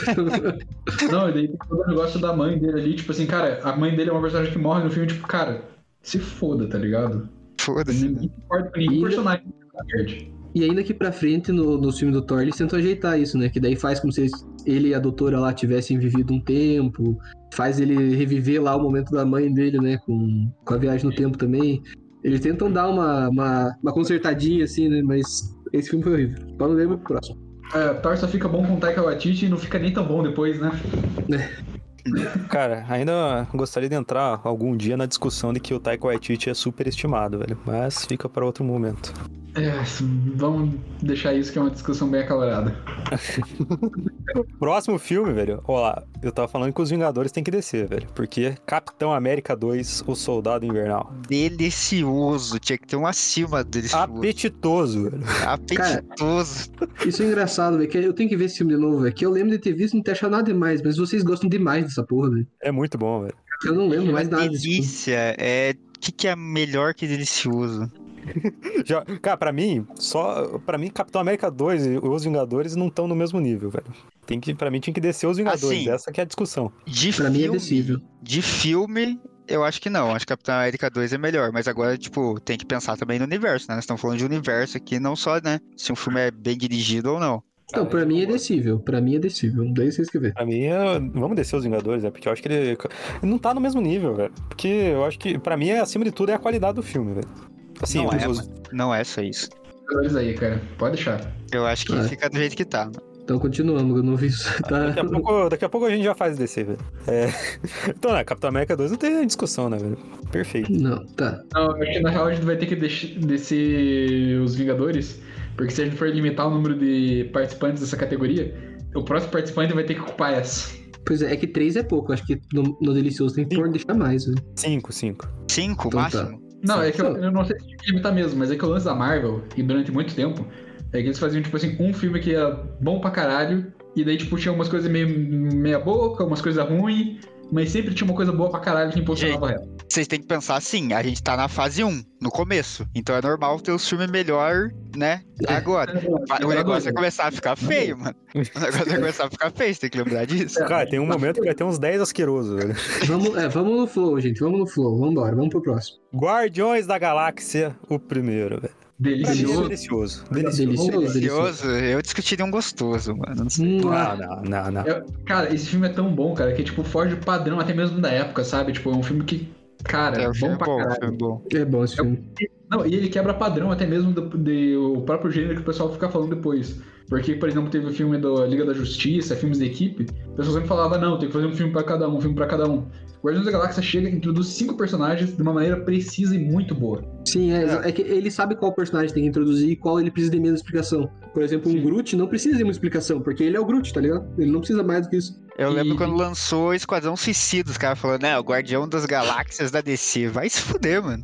S3: Não, e daí tem todo o negócio da mãe dele ali, tipo assim, cara, a mãe dele é uma personagem que morre no filme, tipo, cara, se foda, tá ligado?
S4: Foda-se.
S2: né?
S3: Ninguém se importa com nenhum
S2: Ainda-
S3: personagem. tá ligado?
S2: E ainda que pra frente, no, no filme do Thor, eles tentam ajeitar isso, né? Que daí faz como se eles- ele e a doutora lá tivessem vivido um tempo, faz ele reviver lá o momento da mãe dele, né? Com, com a viagem no tempo também. Eles tentam dar uma, uma, uma consertadinha, assim, né? Mas esse filme foi horrível. Só não lembro pro próximo.
S3: É, Thor só fica bom com Taika Waititi e não fica nem tão bom depois, né?
S1: Cara, ainda gostaria de entrar algum dia na discussão de que o Taika Waititi é superestimado, velho. Mas fica pra outro momento.
S3: É, vamos deixar isso que é uma discussão bem acalorada.
S1: Próximo filme, velho. Ó lá, eu tava falando que os Vingadores têm que descer, velho. Porque Capitão América 2, O Soldado Invernal.
S4: Delicioso, tinha que ter um acima
S1: Ah,
S4: delicioso.
S1: Apetitoso, velho.
S4: Apetitoso.
S2: Isso é engraçado, velho. que Eu tenho que ver esse filme de novo, velho. Que eu lembro de ter visto e não ter achado nada demais, mas vocês gostam demais dessa porra, né? velho.
S1: É muito bom, velho.
S2: Eu não lembro mais nada desse filme.
S4: Delícia, é. O que, que é melhor que delicioso?
S1: Já, cara, pra mim, só. Pra mim, Capitão América 2 e Os Vingadores não estão no mesmo nível, velho. Tem que, pra mim tinha que descer os Vingadores.
S4: Assim.
S1: Essa que é a discussão.
S4: De
S2: Pra mim é decível.
S4: De filme, eu acho que não. Acho que Capitão América 2 é melhor. Mas agora, tipo, tem que pensar também no universo, né? Nós estamos falando de universo aqui, não só, né? Se um filme é bem dirigido ou não.
S2: Não, pra mim é decível. Pra mim é decível. Não deixa vocês que ver.
S1: Pra mim, eu- vamos descer os Vingadores, é porque eu acho que ele ele não tá no mesmo nível, velho. Porque eu acho que, pra mim, é, acima de tudo, é a qualidade do filme, velho. Assim,
S4: Não
S1: os-
S4: é,
S1: os-
S4: Não é só isso.
S3: Olha aí, cara. Pode deixar.
S4: Eu acho que
S2: É.
S4: fica do jeito que tá.
S2: Então continuamos, eu não vi isso. Tá?
S1: Daqui a, pouco, daqui a pouco a gente já faz DC, velho. É. Então, né, Capitão América 2 não tem discussão, né, velho? Perfeito.
S2: Não, tá.
S3: Não, eu acho que na real a gente vai ter que deix- descer os Vingadores, porque se a gente for limitar o número de participantes dessa categoria, o próximo participante vai ter que ocupar essa.
S2: Pois é, é que três é pouco. Acho que no, no Delicioso tem que pôr deixar mais. Né?
S1: 5, 5.
S4: Cinco,
S2: Então tá.
S4: máximo.
S3: Não,
S2: Sim,
S3: é que eu,
S2: sim.
S3: eu não sei se tinha que limitar mesmo, mas é que o lance da Marvel, e durante muito tempo, é que eles faziam, tipo assim, um filme que era bom pra caralho, e daí, tipo, tinha umas coisas meio meia boca, umas coisas ruins, mas sempre tinha uma coisa boa pra caralho que impulsionava ela.
S4: Vocês têm que pensar assim, a gente tá na fase 1, no começo. Então é normal ter os filmes melhor, né? Agora. Vai-
S3: É.
S4: O negócio é vai começar a ficar feio, mano. O negócio vai começar a ficar feio, você tem que lembrar disso.
S3: É.
S1: Cara, tem um momento que vai ter uns 10 asquerosos, velho.
S2: Vamos, é, vamos no flow, gente. Vamos no flow. Vamos embora. Vamos pro próximo.
S1: Guardiões da Galáxia, o primeiro, velho. Pra mim, é
S3: Delicioso.
S1: Delicioso.
S2: Delicioso.
S1: Delicioso.
S4: Delicioso, eu discutiria um gostoso, mano. Não sei.
S2: Hum,
S1: é Não, não, Ah, não, não.
S3: Eu- cara, esse filme é tão bom, cara, que tipo, foge do padrão até mesmo da época, sabe? Tipo, é um filme que, cara,
S4: É,
S3: é
S4: o filme
S3: bom
S4: é
S3: pra
S4: bom, o
S3: caralho.
S4: filme é bom.
S2: é bom esse filme.
S3: Não, e ele quebra padrão até mesmo do, de- o próprio gênero que o pessoal fica falando depois. Porque, por exemplo, teve o filme da Liga da Justiça, filmes de equipe, o pessoal sempre falava, não, tem que fazer um filme pra cada um, um filme pra cada um. Guardiões da Galáxia chega e introduz cinco personagens de uma maneira precisa e muito boa.
S2: Sim, é, exa- é que ele sabe qual personagem tem que introduzir e qual ele precisa de menos explicação. Por exemplo, um
S3: Sim.
S2: Groot não precisa de uma explicação, porque ele é o Groot, tá ligado? Ele não precisa mais do que isso.
S4: Eu lembro
S3: E-
S4: quando lançou Esquadrão Suicida, os caras falando, né, o Guardião das Galáxias da DC. Vai se fuder, mano.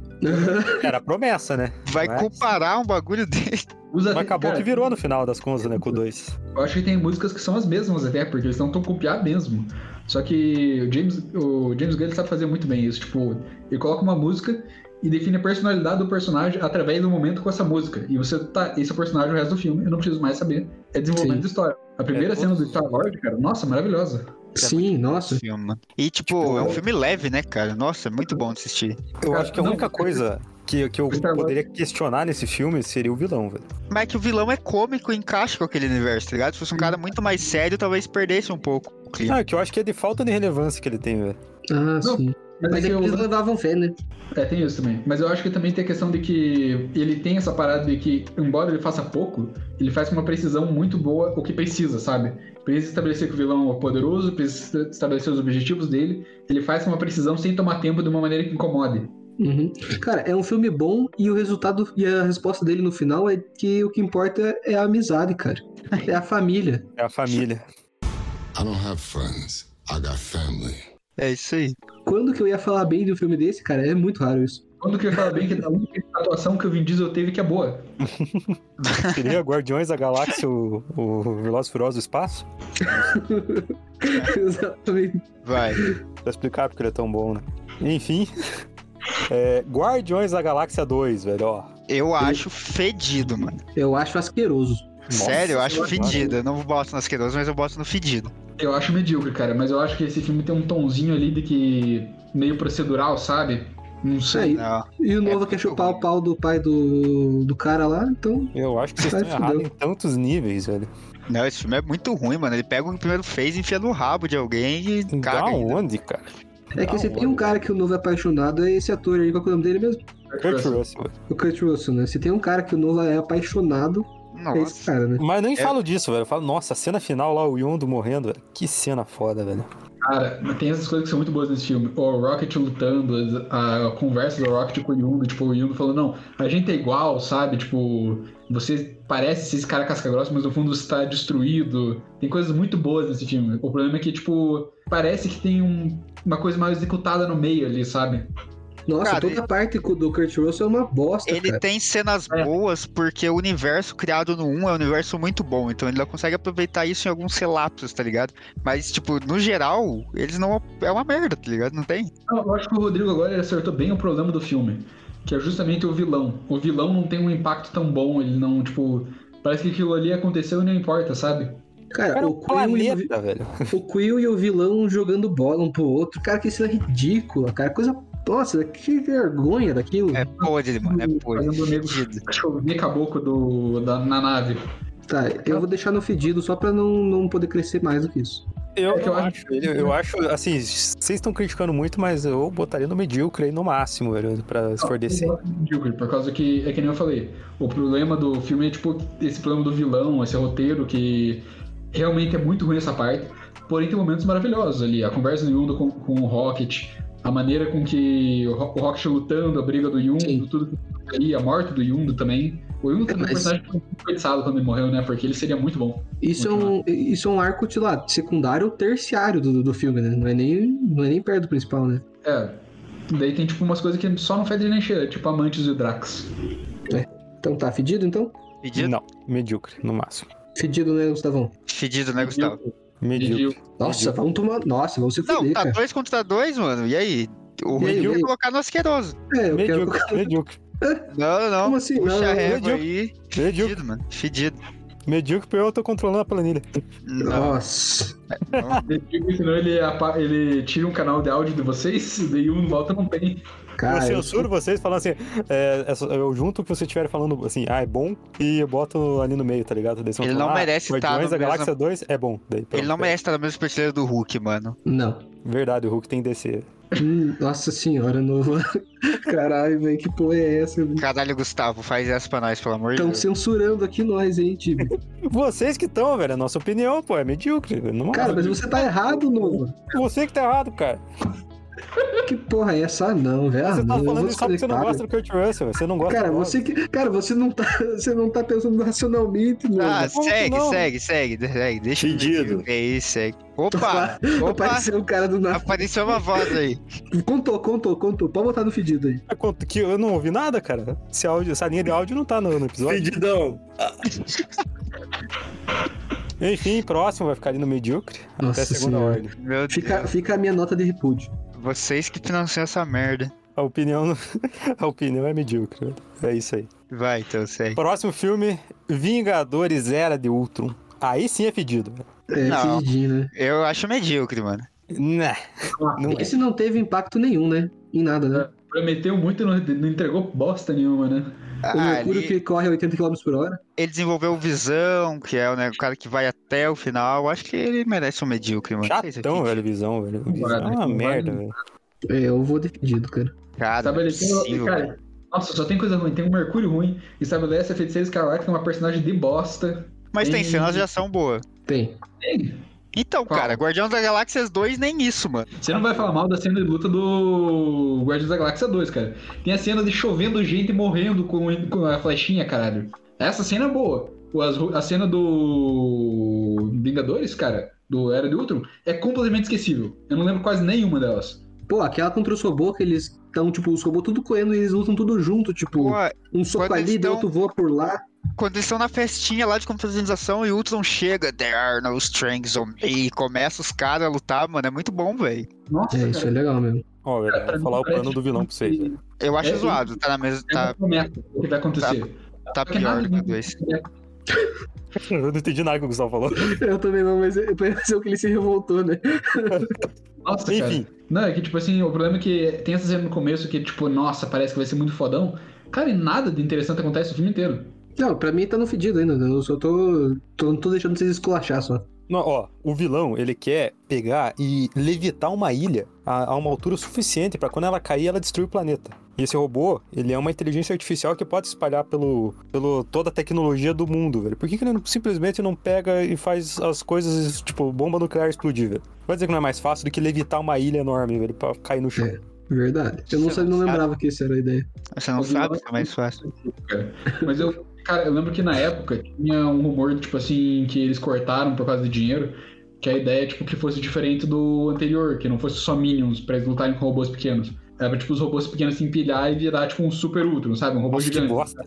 S1: Era a promessa, né?
S4: Vai
S1: Mas-
S4: comparar um bagulho dele.
S3: Os
S1: Mas
S3: até-
S1: acabou
S3: cara,
S1: que virou no final das contas, né? Com o 2.
S3: Eu acho que tem músicas que são as mesmas até, porque eles tentam copiar mesmo. Só que o James, o James Gunn ele sabe fazer muito bem isso. Tipo, ele coloca uma música e define a personalidade do personagem através do momento com essa música. E você tá, esse é o personagem o resto do filme, eu não preciso mais saber. É desenvolvimento
S2: Sim.
S3: de história. A primeira
S4: É,
S3: cena do
S4: todos-
S3: Star Lord, cara, nossa, maravilhosa.
S2: Sim, nossa.
S4: Filme, mano. E, tipo, é um filme leve, né, cara? Nossa, é muito bom de assistir.
S1: Eu
S3: Cara,
S1: acho que a
S3: não,
S1: única
S3: eu-
S1: coisa que, que eu
S3: Star Wars-
S1: poderia questionar nesse filme seria o vilão, velho.
S4: Mas é que o vilão é cômico e encaixa com aquele universo, tá ligado? Se fosse um cara muito mais sério, talvez perdesse um pouco o clima.
S1: Não, é que eu acho que é de falta de relevância que ele tem, velho.
S2: Ah,
S3: Não,
S2: sim. Mas é que
S3: eu-
S2: eles levavam fé, né?
S3: É, tem isso também. Mas eu acho que também tem a questão de que ele tem essa parada de que, embora ele faça pouco, ele faz com uma precisão muito boa o que precisa, sabe? Precisa estabelecer que o vilão é poderoso, precisa estabelecer os objetivos dele. Ele faz com uma precisão sem tomar tempo de uma maneira que incomode.
S2: Uhum. Cara, é um filme bom e o resultado e a resposta dele no final é que o que importa é a amizade, cara. É a família.
S1: É a família.
S6: I don't have friends. I got family.
S4: É isso aí.
S2: Quando que eu ia falar bem de um filme desse, cara? É muito raro isso.
S3: Quando que eu falo bem que é da única atuação que o Vin Diesel teve que é boa.
S1: Seria Guardiões da Galáxia, o, o Veloz Furioso do Espaço?
S2: Exatamente.
S4: Vai.
S1: Pra explicar porque ele é tão bom, né? Enfim. é, Guardiões da Galáxia 2, velho, ó.
S4: Eu acho fedido, mano.
S2: Eu acho asqueroso.
S1: Nossa
S4: Sério, eu acho
S1: senhora.
S4: fedido. Eu não boto nas querosas, mas eu boto no fedido.
S3: Eu acho medíocre, cara, mas eu acho que esse filme tem um tonzinho ali de que. meio procedural, sabe? Não sei.
S2: Aí,
S4: Não.
S2: E o Nova
S4: muito
S2: quer chupar
S4: ruim.
S2: o pau do pai do, do cara lá, então.
S1: Eu acho que vocês
S2: Ai,
S1: estão errados em
S2: fudeu.
S1: tantos níveis, velho.
S4: não, esse filme é muito ruim, mano. Ele pega o que primeiro fez, enfia no rabo de alguém e
S1: da
S4: caga. ainda.
S1: onde, cara?
S2: É que
S4: Ah,
S1: Da
S2: você tem
S1: onde?
S2: um cara que o Novo é apaixonado, é esse ator aí, qual que é o nome dele mesmo?
S1: Kurt Russell, velho.
S2: O Kurt Russell, né? Você tem um cara que o Novo é apaixonado, é esse
S4: Nossa.
S2: cara, né?
S1: Mas nem
S4: É.
S1: falo disso, velho. Eu falo, nossa, a cena final lá, o Yondo morrendo, velho. Que cena foda, velho.
S3: Cara, mas tem essas coisas que são muito boas nesse filme. O Rocket lutando, a a conversa do Rocket com o Yundo, tipo, o Yundo falando, não, a gente é igual, sabe? Tipo, você parece ser esse cara casca grossa, mas no fundo você tá destruído. Tem coisas muito boas nesse filme. O problema é que, tipo, parece que tem um- uma coisa mal executada no meio ali, sabe?
S2: Nossa,
S4: Cara,
S2: toda a parte co- do Kurt Russell é uma bosta,
S4: Ele
S2: cara.
S4: tem cenas
S3: É.
S4: boas porque o universo criado no 1 é um universo muito bom, então ele consegue aproveitar isso em alguns relapsos, tá ligado? Mas, tipo, no geral, eles não. É uma merda, tá ligado? Não tem?
S3: Não, Eu acho que o Rodrigo agora ele acertou bem o problema do filme, que é justamente o vilão. O vilão não tem um impacto tão bom, ele não, tipo, parece que aquilo ali aconteceu e não importa, sabe?
S2: Cara,
S1: Era
S2: É, o,
S1: um
S2: Quill e o, vi-
S1: planeta, velho.
S2: o Quill e o vilão jogando bola um pro outro. Cara, que isso é ridícula, cara. Coisa. Nossa, que vergonha daquilo.
S4: É podre, mano. É podre.
S3: Fazendo nego
S4: Fedido.
S3: chover caboclo do, da, na nave.
S2: Tá, eu vou deixar no fedido só pra não, não poder crescer mais do que isso.
S1: Eu,
S3: É que eu
S1: eu acho, ele- eu, acho, assim, vocês estão criticando muito, mas eu botaria no medíocre aí no máximo, velho, pra se for descer.
S3: Eu acho medíocre, Por causa que, é que nem eu falei, o problema do filme é tipo esse problema do vilão, esse roteiro que realmente é muito ruim essa parte. Porém, tem momentos maravilhosos ali. A conversa do Yundo com, com o Rocket, a maneira com que o, Ro- o Rocket lutando, a briga do Yundo,
S2: Sim.
S3: tudo que aconteceu ali, a morte do Yundo também. O Yundo
S2: É,
S3: também um
S2: mas-
S3: personagem foi muito desperdiçado quando ele morreu, né? Porque ele seria muito bom.
S2: Isso é um, isso é um arco, sei lá, secundário ou terciário do, do filme, né? Não é, nem, não é nem perto do principal, né?
S3: É. Daí tem tipo umas coisas que só não faz nem cheira, tipo Amantes e Drax.
S2: Então tá, fedido então?
S4: Fedido,
S1: Não, medíocre, no máximo.
S2: Fedido, né, Gustavão?
S4: fedido né, Gustavo?
S1: Medíocre.
S3: Medíocre.
S2: Nossa, vamos tomar. Nossa, vamos se
S4: Não,
S2: fuder,
S4: tá
S2: cara.
S4: dois contra dois, mano. E aí? O
S2: E aí,
S4: ruim
S2: e
S4: é
S2: aí?
S4: colocar no asqueroso.
S2: É, eu quero.
S1: Medíocre, medíocre.
S4: Não, não,
S2: Como
S4: não.
S2: assim? Não,
S4: Puxa a
S2: não,
S4: régua
S1: não.
S4: aí.
S1: Medíocre,
S4: Fedido, mano. Fedido.
S1: medíocre, porque eu tô controlando a planilha.
S4: Não.
S2: Nossa.
S3: Porque Senão ele, apa- ele tira um canal de áudio de vocês, e daí um volta não tem.
S2: Cara,
S1: eu censuro vocês falando assim, é, é só- eu junto o que vocês estiverem falando assim, ah, é bom, e eu boto ali no meio, tá ligado? Daí vocês
S4: Ele
S1: vão falar,
S4: não
S1: ah,
S4: merece estar
S1: Guardiões
S4: no
S1: da
S4: mesmo-
S1: Galáxia 2 é bom. Daí,
S4: Ele
S1: pronto,
S4: não
S1: é.
S4: merece estar na mesma prateleira do Hulk, mano.
S2: não.
S1: Verdade, o Hulk tem que descer.
S2: Hum, Nossa senhora, não vou. Caralho, velho, que porra é essa?
S4: Caralho, Gustavo, faz essa pra nós, pelo amor de
S2: Estão
S4: Deus.
S2: censurando aqui nós, hein, time?
S1: Vocês que estão, velho, é nossa opinião, pô, é medíocre. velho, Não é
S2: Cara, mas você tá errado, Nova.
S1: Você que tá errado, cara.
S2: Que porra é essa? Ah, não, velho. Ah,
S1: Você tá
S2: não, eu vou
S1: falando isso só porque você não
S2: desconectar,
S1: gosta do Kurt Russell, velho. você não gosta
S2: Cara,
S1: do
S2: você que, cara, você não tá, você não tá pensando racionalmente, meu.
S4: Ah,
S1: como que
S4: segue,
S1: não?
S4: segue, segue, segue. Deixa eu ver
S7: Pedido.
S4: aqui. É isso, segue. Opa! opa!
S2: Apareceu o cara do nada.
S4: Apareceu uma voz aí.
S2: Contou, contou, contou. Pode botar no fedido aí.
S1: É quanto que eu não ouvi nada, cara. Esse áudio, essa linha de áudio não tá no, no episódio.
S7: Pedidão.
S1: Enfim, próximo vai ficar ali no medíocre.
S2: Nossa
S1: até segunda
S2: senhora.
S1: ordem.
S4: Meu
S1: É.
S2: Fica,
S4: Deus.
S2: fica a minha nota de repúdio.
S4: Vocês que financiam essa merda.
S1: A opinião, não- a opinião é medíocre. né? É isso aí.
S4: Vai, então, segue.
S1: Próximo filme: Vingadores Era de Ultron. Aí sim é pedido.
S2: É,
S4: Não.
S2: fedidinho, né?
S4: Eu acho medíocre, mano.
S1: Né? Não é.
S2: Esse não teve impacto nenhum, né? Em nada, né?
S3: Prometeu muito e não, não entregou bosta nenhuma, né?
S2: O
S4: Ah,
S2: Mercúrio
S4: ele,
S2: que corre a 80 km por hora.
S4: ele desenvolveu o Visão, que é o, né, o cara que vai até o final. Acho que ele merece um medíocre, mano. Que isso aqui?
S1: Chatão, velho, visão, velho. Visão é uma
S3: Vale.
S1: merda, velho.
S2: É, eu vou defendido, cara.
S4: Cara,
S3: Tá
S4: não é
S3: Estabelecendo.
S4: possível,
S3: Cara, nossa, só tem coisa ruim. Tem um Mercúrio ruim. Estabelece a feiticeira Escarlate como é uma personagem de bosta.
S4: Mas tem
S3: Tem-
S4: cenas de ação boa.
S2: Tem.
S3: Tem.
S4: Então,
S3: Qual?
S4: cara, Guardião da Galáxia 2 nem isso, mano.
S3: Você não vai falar mal da cena de luta do Guardiões da Galáxia 2, cara. Tem a cena de chovendo gente e morrendo com, com a flechinha, caralho. Essa cena é boa. O- as ru- a cena do Vingadores, cara, do Era de Ultron, é completamente esquecível. Eu não lembro quase nenhuma delas.
S2: Pô, aquela contra os robôs que eles estão, tipo, os robôs tudo correndo e eles lutam tudo junto,
S3: Uh.
S2: tipo,
S4: Pô,
S2: um soco
S4: quando eles
S2: ali, do
S4: tão-
S2: outro voa por lá.
S4: Quando eles estão na festinha lá de computadorização e o Ultron chega, there are no strings on me, e começa os caras a lutar, mano, é muito bom, velho.
S3: Nossa,
S2: É, isso é legal mesmo.
S1: Ó, velho, vou falar o plano do vilão pra vocês, velho.
S4: Eu acho
S3: É,
S4: zoado, tá na mesa,
S3: É uma
S4: tá,
S3: promessa o que vai acontecer.
S4: tá
S3: Porque
S4: pior
S3: nada
S4: do que a
S3: disso
S4: 2.
S1: Eu não entendi nada que o Gustavo falou.
S2: Eu também não, mas eu pensei que ele se revoltou, né?
S3: Nossa, cara.
S1: Enfim,
S3: Não, é que, tipo assim, o problema é que tem essa cena no começo que, tipo, nossa, parece que vai ser muito fodão. Cara, e nada de interessante acontece o filme inteiro.
S2: Não, pra mim tá no fedido ainda, né? eu só tô, tô, tô deixando vocês esculachar só.
S1: Não, ó, o vilão, ele quer pegar e levitar uma ilha a, a uma altura suficiente pra quando ela cair, ela destruir o planeta. E esse robô, ele é uma inteligência artificial que pode se espalhar pelo, pelo toda a tecnologia do mundo, velho. Por que, que ele não- simplesmente não pega e faz as coisas, tipo, bomba nuclear explodir, velho? Vai dizer que não é mais fácil do que levitar uma ilha enorme, velho, pra cair no chão.
S2: É. Verdade. Eu não,
S4: Você
S2: sabia,
S4: não
S2: não
S4: sabe.
S2: lembrava que isso era a ideia.
S4: Você não
S3: O vilão-
S4: sabe, fica mais fácil.
S3: Mas eu, cara, eu lembro que na época tinha um rumor, tipo assim, que eles cortaram por causa de dinheiro. Que a ideia é, tipo, que fosse diferente do anterior, que não fosse só Minions pra eles lutarem com robôs pequenos. Era pra, tipo, os robôs pequenos se empilhar e virar, tipo, um super Ultron, sabe? Um robô
S1: Nossa, que
S3: gigante.
S1: bosta.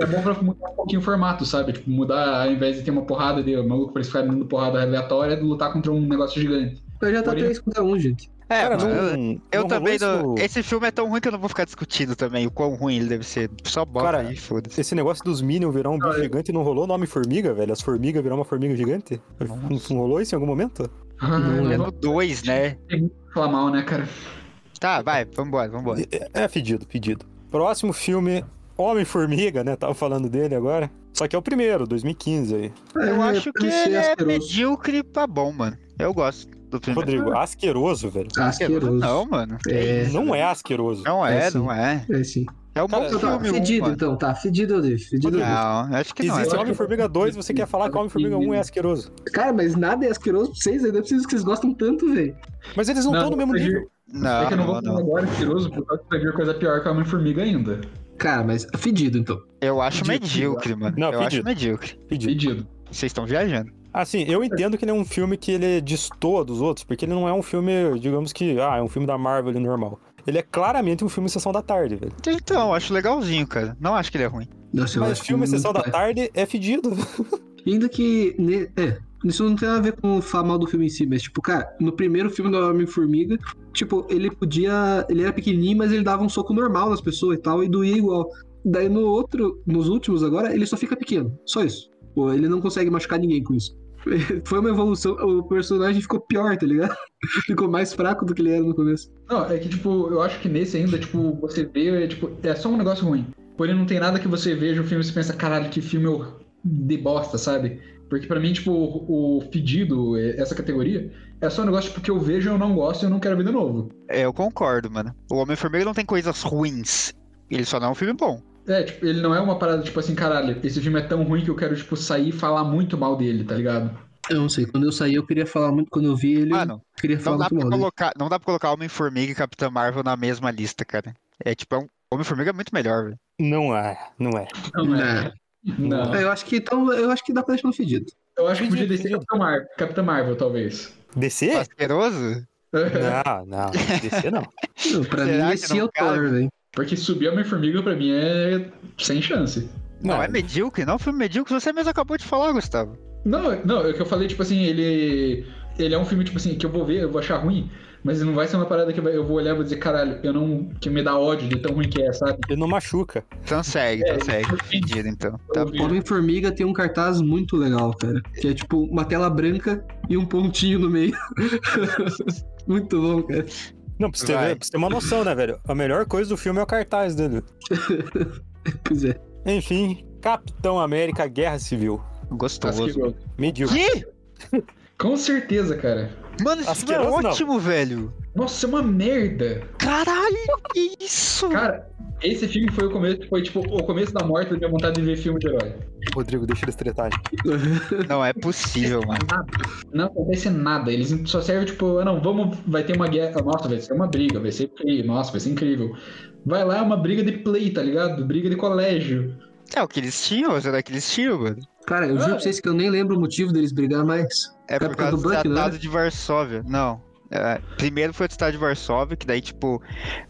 S3: É bom pra mudar um pouquinho o formato, sabe? Tipo, mudar, ao invés de ter uma porrada de maluco pra eles ficarem dando porrada aleatória, é de lutar contra um negócio gigante.
S2: Mas já tá
S3: Porém-
S2: 3 contra 1, gente.
S4: É,
S1: Cara,
S4: mano,
S1: não-
S4: eu,
S1: não
S4: eu
S1: rolou
S4: também não.
S1: isso-
S4: Esse filme é tão ruim que eu não vou ficar discutindo também o quão ruim ele deve ser. Só bota
S1: Cara,
S4: aí, foda-se.
S1: Esse negócio dos Minions virar um bicho gigante não rolou nome formiga, velho? As formigas virar uma formiga gigante? Não, não rolou isso em algum momento?
S3: Ah,
S2: Não,
S4: É
S3: não
S4: no 2, né?
S3: vou falar mal, né, cara?
S4: Tá, vai, vambora, vambora.
S1: É, pedido, pedido. Próximo filme, Homem-Formiga, né? Tava falando dele agora. Só que é o primeiro, 2015 aí.
S4: Eu
S2: É,
S4: acho que
S2: pensei
S4: ele é
S2: asqueroso.
S4: medíocre pra bom, mano. Eu gosto do primeiro.
S1: Rodrigo, asqueroso, velho.
S2: Asqueroso.
S4: Não, mano.
S2: É,
S1: Não é asqueroso.
S4: Não é,
S2: É, sim.
S4: não é.
S2: é sim.
S4: É um bom
S1: Cara,
S2: Então tá,
S4: filme, um,
S2: fedido
S4: mano.
S2: então, tá. Fedido eu deixo. Fedido eu deixo.
S4: Não, acho que não é.
S1: Existe
S3: eu acho
S1: Homem-Formiga 2, você quer falar que Homem-Formiga 1 é asqueroso.
S2: Cara, mas nada é asqueroso pra vocês, ainda é preciso que vocês gostam tanto, velho.
S1: Mas eles não
S3: Não,
S1: estão no mesmo
S3: eu-
S1: nível.
S4: Não,
S3: é que eu não vou
S1: Ah,
S4: não,
S3: falar
S4: não.
S3: agora, tiroso, porque eu vai vir coisa pior que a Homem-Formiga ainda.
S2: Cara, mas fedido então.
S4: Eu acho
S3: Medíocre,
S4: medíocre, mano.
S1: Não,
S4: eu acho
S1: fedido.
S4: medíocre.
S1: Pedido.
S3: Pedido.
S4: Vocês estão viajando.
S1: Assim, eu entendo que ele é um filme que ele destoa dos outros, porque ele não é um filme, digamos que, ah, é um filme da Marvel normal. Ele é claramente um filme Sessão da Tarde, velho.
S4: Então, eu acho legalzinho, cara. Não acho que ele é ruim.
S2: Nossa, eu
S1: Mas
S2: acho
S1: filme
S2: muito
S1: Sessão da
S2: pai.
S1: Tarde é fedido.
S2: Ainda que. ne- É, isso não tem nada a ver com falar mal do filme em si, mas, tipo, cara, no primeiro filme do Homem-Formiga, tipo, ele podia. Ele era pequenininho, mas ele dava um soco normal nas pessoas e tal, e doía igual. Daí no outro, nos últimos agora, ele só fica pequeno. Só isso. Pô, ele não consegue machucar ninguém com isso. Foi uma evolução. O personagem ficou pior, tá ligado? Ficou mais fraco do que ele era no começo.
S3: Não, é que, tipo, eu acho que nesse ainda, tipo, você vê, é, tipo, é só um negócio ruim. Porém, não tem nada que você veja o filme e você pensa, caralho, que filme eu- de bosta, sabe? Porque pra mim, tipo, o, o pedido, é, essa categoria, é só um negócio tipo, que eu vejo, eu não gosto e eu não quero ver de novo.
S4: É, Eu concordo, mano. O Homem-Formiga não tem coisas ruins. Ele só não é um filme bom.
S3: É, tipo, ele não é uma parada, tipo assim, caralho, esse filme é tão ruim que eu quero, tipo, sair e falar muito mal dele, tá ligado?
S2: Eu não sei, quando eu saí eu queria falar muito, quando eu vi ele, eu
S4: Mano,
S2: queria
S4: Não
S2: falar
S4: dá,
S2: muito
S4: pra
S2: mal. dele.
S4: colocar, não dá pra colocar Homem-Formiga e Capitã Marvel na mesma lista, cara. É tipo, é um- Homem-Formiga é muito melhor, velho.
S1: Não é, não é.
S3: Não, é. Não.
S2: É, eu acho que então, eu acho que dá pra deixar no fedido.
S3: Eu acho que podia descer
S1: Entendi.
S3: Capitã Marvel, Capitã Marvel talvez.
S1: DC?
S4: Asqueroso?
S2: É.
S1: Não, não. DC não.
S2: Não, pra
S4: Será
S2: mim
S4: que
S2: esse
S4: não
S2: é o
S4: cabe?
S2: Thor, velho.
S3: Porque subir Homem-Formiga pra mim é sem chance.
S4: Não,
S1: Não.
S4: é medíocre, não. Filme medíocre, você mesmo acabou de falar, Gustavo.
S3: Não, não, é o que eu falei, tipo assim, ele. Ele é um filme, tipo assim, que eu vou ver, eu vou achar ruim, mas não vai ser uma parada que vai- eu vou olhar e vou dizer, caralho, eu não. que me dá ódio de tão ruim que é, sabe?
S1: Ele não machuca.
S4: Então segue,
S3: É.
S4: então segue. Entendido, então. Tá bom.
S2: Homem-Formiga tem um cartaz muito legal, cara. Que é tipo uma tela branca e um pontinho no meio. muito bom, cara.
S1: Não, pra você, ter,
S4: Vai.
S1: pra você ter uma noção, né, velho? A melhor coisa do filme é o cartaz dele.
S2: Pois é.
S1: Enfim, Capitão América Guerra Civil.
S4: Gostoso.
S3: Tá Asqueroso.
S1: Medíocre.
S4: Que?
S3: Com certeza, cara.
S4: Mano, esse filme é
S1: Asqueroso, não.
S4: ótimo, velho.
S3: Nossa, é uma merda.
S4: Caralho, que isso?
S3: Cara, esse filme foi o começo, foi tipo o começo da morte da minha vontade de ver filme de herói.
S1: Rodrigo, deixa eles tretarem.
S4: Não é possível, mano.
S3: Não acontece nada. Eles só servem, tipo, ah, não, vamos, vai ter uma guerra. Nossa, vai ser uma briga, vai ser incrível. Nossa, vai ser incrível. Vai lá, é uma briga de play, tá ligado? Briga de colégio.
S4: É o que eles tinham, será que eles tinham, mano?
S2: Cara, eu juro pra vocês que eu nem lembro o motivo deles brigar mais.
S4: É por
S2: causa
S4: causa
S2: do
S4: do
S2: Buck, não
S4: Tratado
S2: era?
S4: de Varsóvia. Não. É, primeiro foi o Tratado de Varsóvia, que daí, tipo,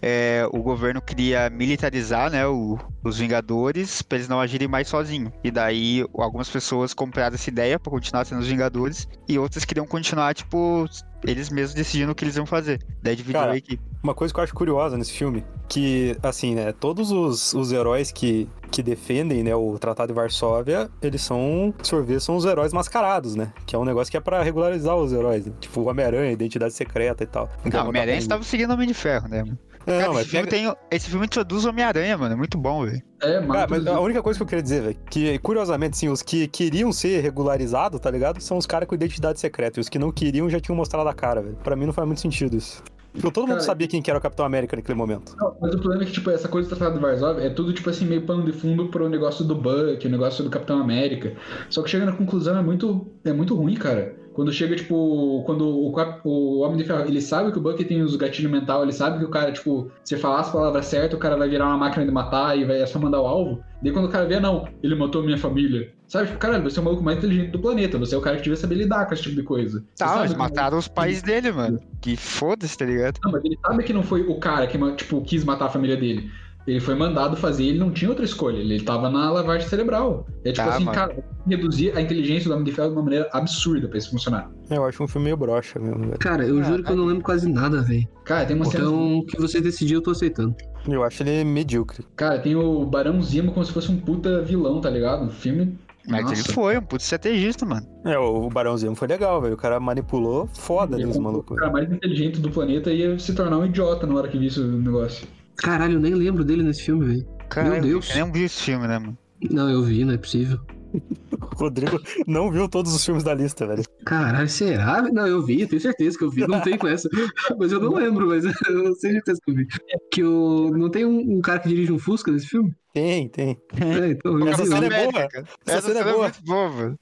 S4: é, o governo queria militarizar, né, o- os Vingadores, pra eles não agirem mais sozinhos. E daí, algumas pessoas compraram essa ideia pra continuar sendo os Vingadores, e outras queriam continuar, tipo, eles mesmos decidindo o que eles iam fazer. Daí dividiu
S1: Cara,
S4: a equipe.
S1: Uma coisa que eu acho curiosa nesse filme, que, assim, né, todos os, os heróis que, que defendem, né, o Tratado de Varsóvia, eles são, se for ver, são os heróis mascarados, né? Que é um negócio que é pra regularizar os heróis, né? tipo o Homem-Aranha, Identidade Secreta e tal.
S4: Não, o Homem-Aranha tá estava seguindo o Homem de Ferro, né? mano?
S1: É,
S4: Cara,
S1: não,
S4: esse,
S1: mas
S4: filme tem- esse filme introduz o Homem-Aranha, mano. É muito bom, velho.
S3: É,
S1: Cara,
S3: mata
S1: mas a única coisa que eu queria dizer, velho, que curiosamente, sim, os que queriam ser regularizados, tá ligado? São os caras com identidade secreta. E os que não queriam já tinham mostrado a cara, velho. Pra mim não faz muito sentido isso. Porque todo mundo
S3: Cara,
S1: sabia quem que era o Capitão América naquele momento.
S3: Não, mas o problema é que, tipo, essa coisa do Tratado de Varsóvia é tudo, tipo assim, meio pano de fundo pro negócio do Buck, o negócio do Capitão América. Só que chega na conclusão é muito, é muito ruim, cara. Quando chega, tipo, quando o, Cap- o Homem de Ferro, ele sabe que o Buck tem os gatilhos mental, ele sabe que o cara, tipo, se falar as palavras certas, o cara vai virar uma máquina de matar e vai é só mandar o alvo. Daí quando o cara vê, "Ah, não, ele matou minha família. Sabe, tipo, caralho, você é o maluco mais inteligente do planeta, você é o cara que devia saber lidar com esse tipo de coisa. Você
S4: Tá,
S3: sabe
S4: eles
S3: como-
S4: mataram os pais dele, mano. Que foda-se, tá ligado?
S3: não, Ah, mas ele sabe que não foi o cara que, ma- tipo, quis matar a família dele. Ele foi mandado fazer, ele não tinha outra escolha. Ele tava na lavagem cerebral. É tipo
S4: Tá,
S3: assim,
S4: mano.
S3: cara, reduzir a inteligência do Homem de Ferro de uma maneira absurda pra isso funcionar.
S1: É, Eu acho um filme meio broxa mesmo, velho.
S2: Cara, eu
S4: Ah,
S2: juro que eu não lembro quase nada, velho.
S3: Cara, tem uma cena.
S2: Então, o que você decidiu, eu tô aceitando.
S1: Eu acho ele medíocre.
S3: assim, Cara, tem o Barão Zemo como se fosse um puta vilão, tá ligto? O filme.
S4: Mas
S3: Nossa.
S4: ele foi um puto estrategista, mano.
S1: É, o Barãozinho foi legal, velho. O cara manipulou foda ali
S3: ele
S1: os
S3: é o
S1: malucos.
S3: cara mais inteligente do planeta ia se tornar um idiota na hora que visse o negócio.
S2: Caralho, eu nem lembro dele nesse filme, velho.
S4: Caralho,
S2: Deus.
S4: Eu nem vi esse filme, né, mano?
S2: Não, eu vi, não é possível.
S1: O Rodrigo não viu todos os filmes da lista, velho.
S2: Caralho, será? Não, eu vi, tenho certeza que eu vi, não tem com essa. Mas eu não lembro, mas eu tenho certeza que eu vi. Que o... não tem um, um cara que dirige um Fusca nesse filme?
S1: Tem, tem.
S2: É, então eu
S1: Essa
S2: vi.
S1: cena
S2: né?
S1: é boa.
S4: cara.
S1: Essa cena é boa.
S4: muito boa, mano.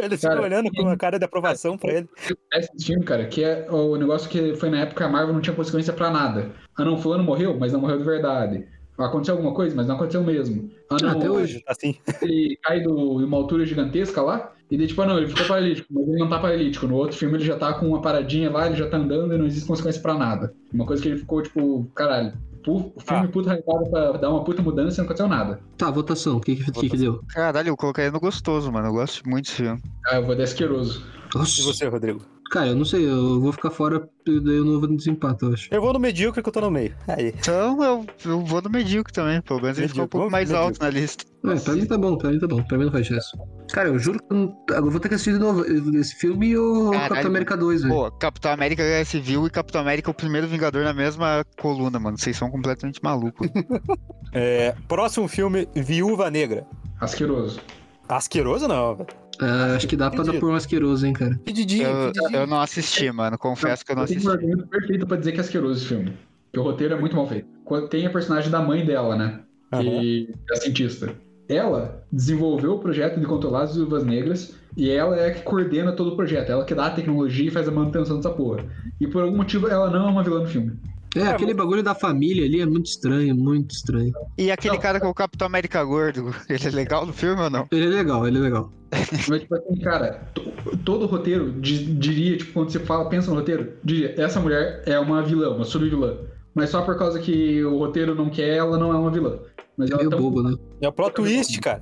S1: Ele fica
S3: Cara,
S1: olhando com uma cara de aprovação pra ele.
S3: Esse filme, cara, que é o negócio que foi na época que a Marvel não tinha consequência pra nada. Ah não, fulano morreu, mas não morreu de verdade. Aconteceu alguma coisa, mas não aconteceu mesmo. Ah não,
S2: Até hoje.
S1: Assim.
S3: ele cai do- de uma altura gigantesca lá, e daí, tipo, ah, não, ele ficou paralítico, mas ele não tá paralítico. No outro filme ele já tá com uma paradinha lá, ele já tá andando e não existe consequência pra nada. Uma coisa que ele ficou, tipo, caralho, pu- o filme
S1: Ah.
S3: puta hypado pra dar uma puta mudança e não aconteceu nada.
S2: Tá, votação, o que, que, que que deu?
S4: Caralho, eu colocaria no gostoso, mano. Eu gosto muito desse filme.
S3: Ah, eu vou dar asqueroso.
S1: E
S2: Nossa,
S1: você, Rodrigo?
S2: cara, eu não sei, eu vou ficar fora, daí eu não vou no desempate, eu acho.
S1: Eu vou no medíocre que eu tô no meio. Aí.
S4: Então eu, eu vou no medíocre também. Pelo menos ele ficou um
S1: Medíocre,
S4: pouco mais
S1: medíocre.
S4: alto na lista.
S2: É, pra mim tá bom, pra mim tá bom, pra mim não faz chance. Cara, eu juro que eu, não- eu vou ter que assistir de novo esse filme e o
S4: Caralho.
S2: Capitão América 2, velho.
S4: Pô, Capitão América Guerra Civil e Capitão América o primeiro Vingador na mesma coluna, mano. Vocês são completamente malucos.
S1: É, próximo filme, Viúva Negra.
S3: Asqueroso.
S1: Asqueroso não, velho.
S2: Ah, acho que dá pra dar por um asqueroso, hein, cara.
S1: Pedidinho,
S4: eu,
S1: pedidinho.
S4: eu não assisti, mano. Confesso que eu não
S3: tem
S4: assisti.
S3: um argumento perfeito pra dizer que é asqueroso esse filme. Porque o roteiro é muito mal feito. Quando Tem a personagem da mãe dela, né?
S1: Aham.
S3: Que é cientista. ela desenvolveu o projeto de controlar as viúvas negras e ela é a que coordena todo o projeto. Ela que dá a tecnologia e faz a manutenção dessa porra. E por algum motivo ela não é uma vilã do filme.
S2: É, aquele bagulho da família ali é muito estranho, muito estranho.
S4: E aquele
S3: Não.
S4: cara que é o Capitão América gordo, ele é legal no filme ou não?
S2: Ele é legal, ele é legal.
S3: Mas, tipo assim, cara, to- todo roteiro di- diria, tipo, quando você fala, pensa no roteiro, diria, essa mulher é uma vilã, uma sub-vilã. Mas só por causa que o roteiro não quer, ela não é uma vilã. Mas
S2: É
S3: ela é
S2: meio
S3: tão,
S2: bobo, né?
S1: É o plot twist, cara.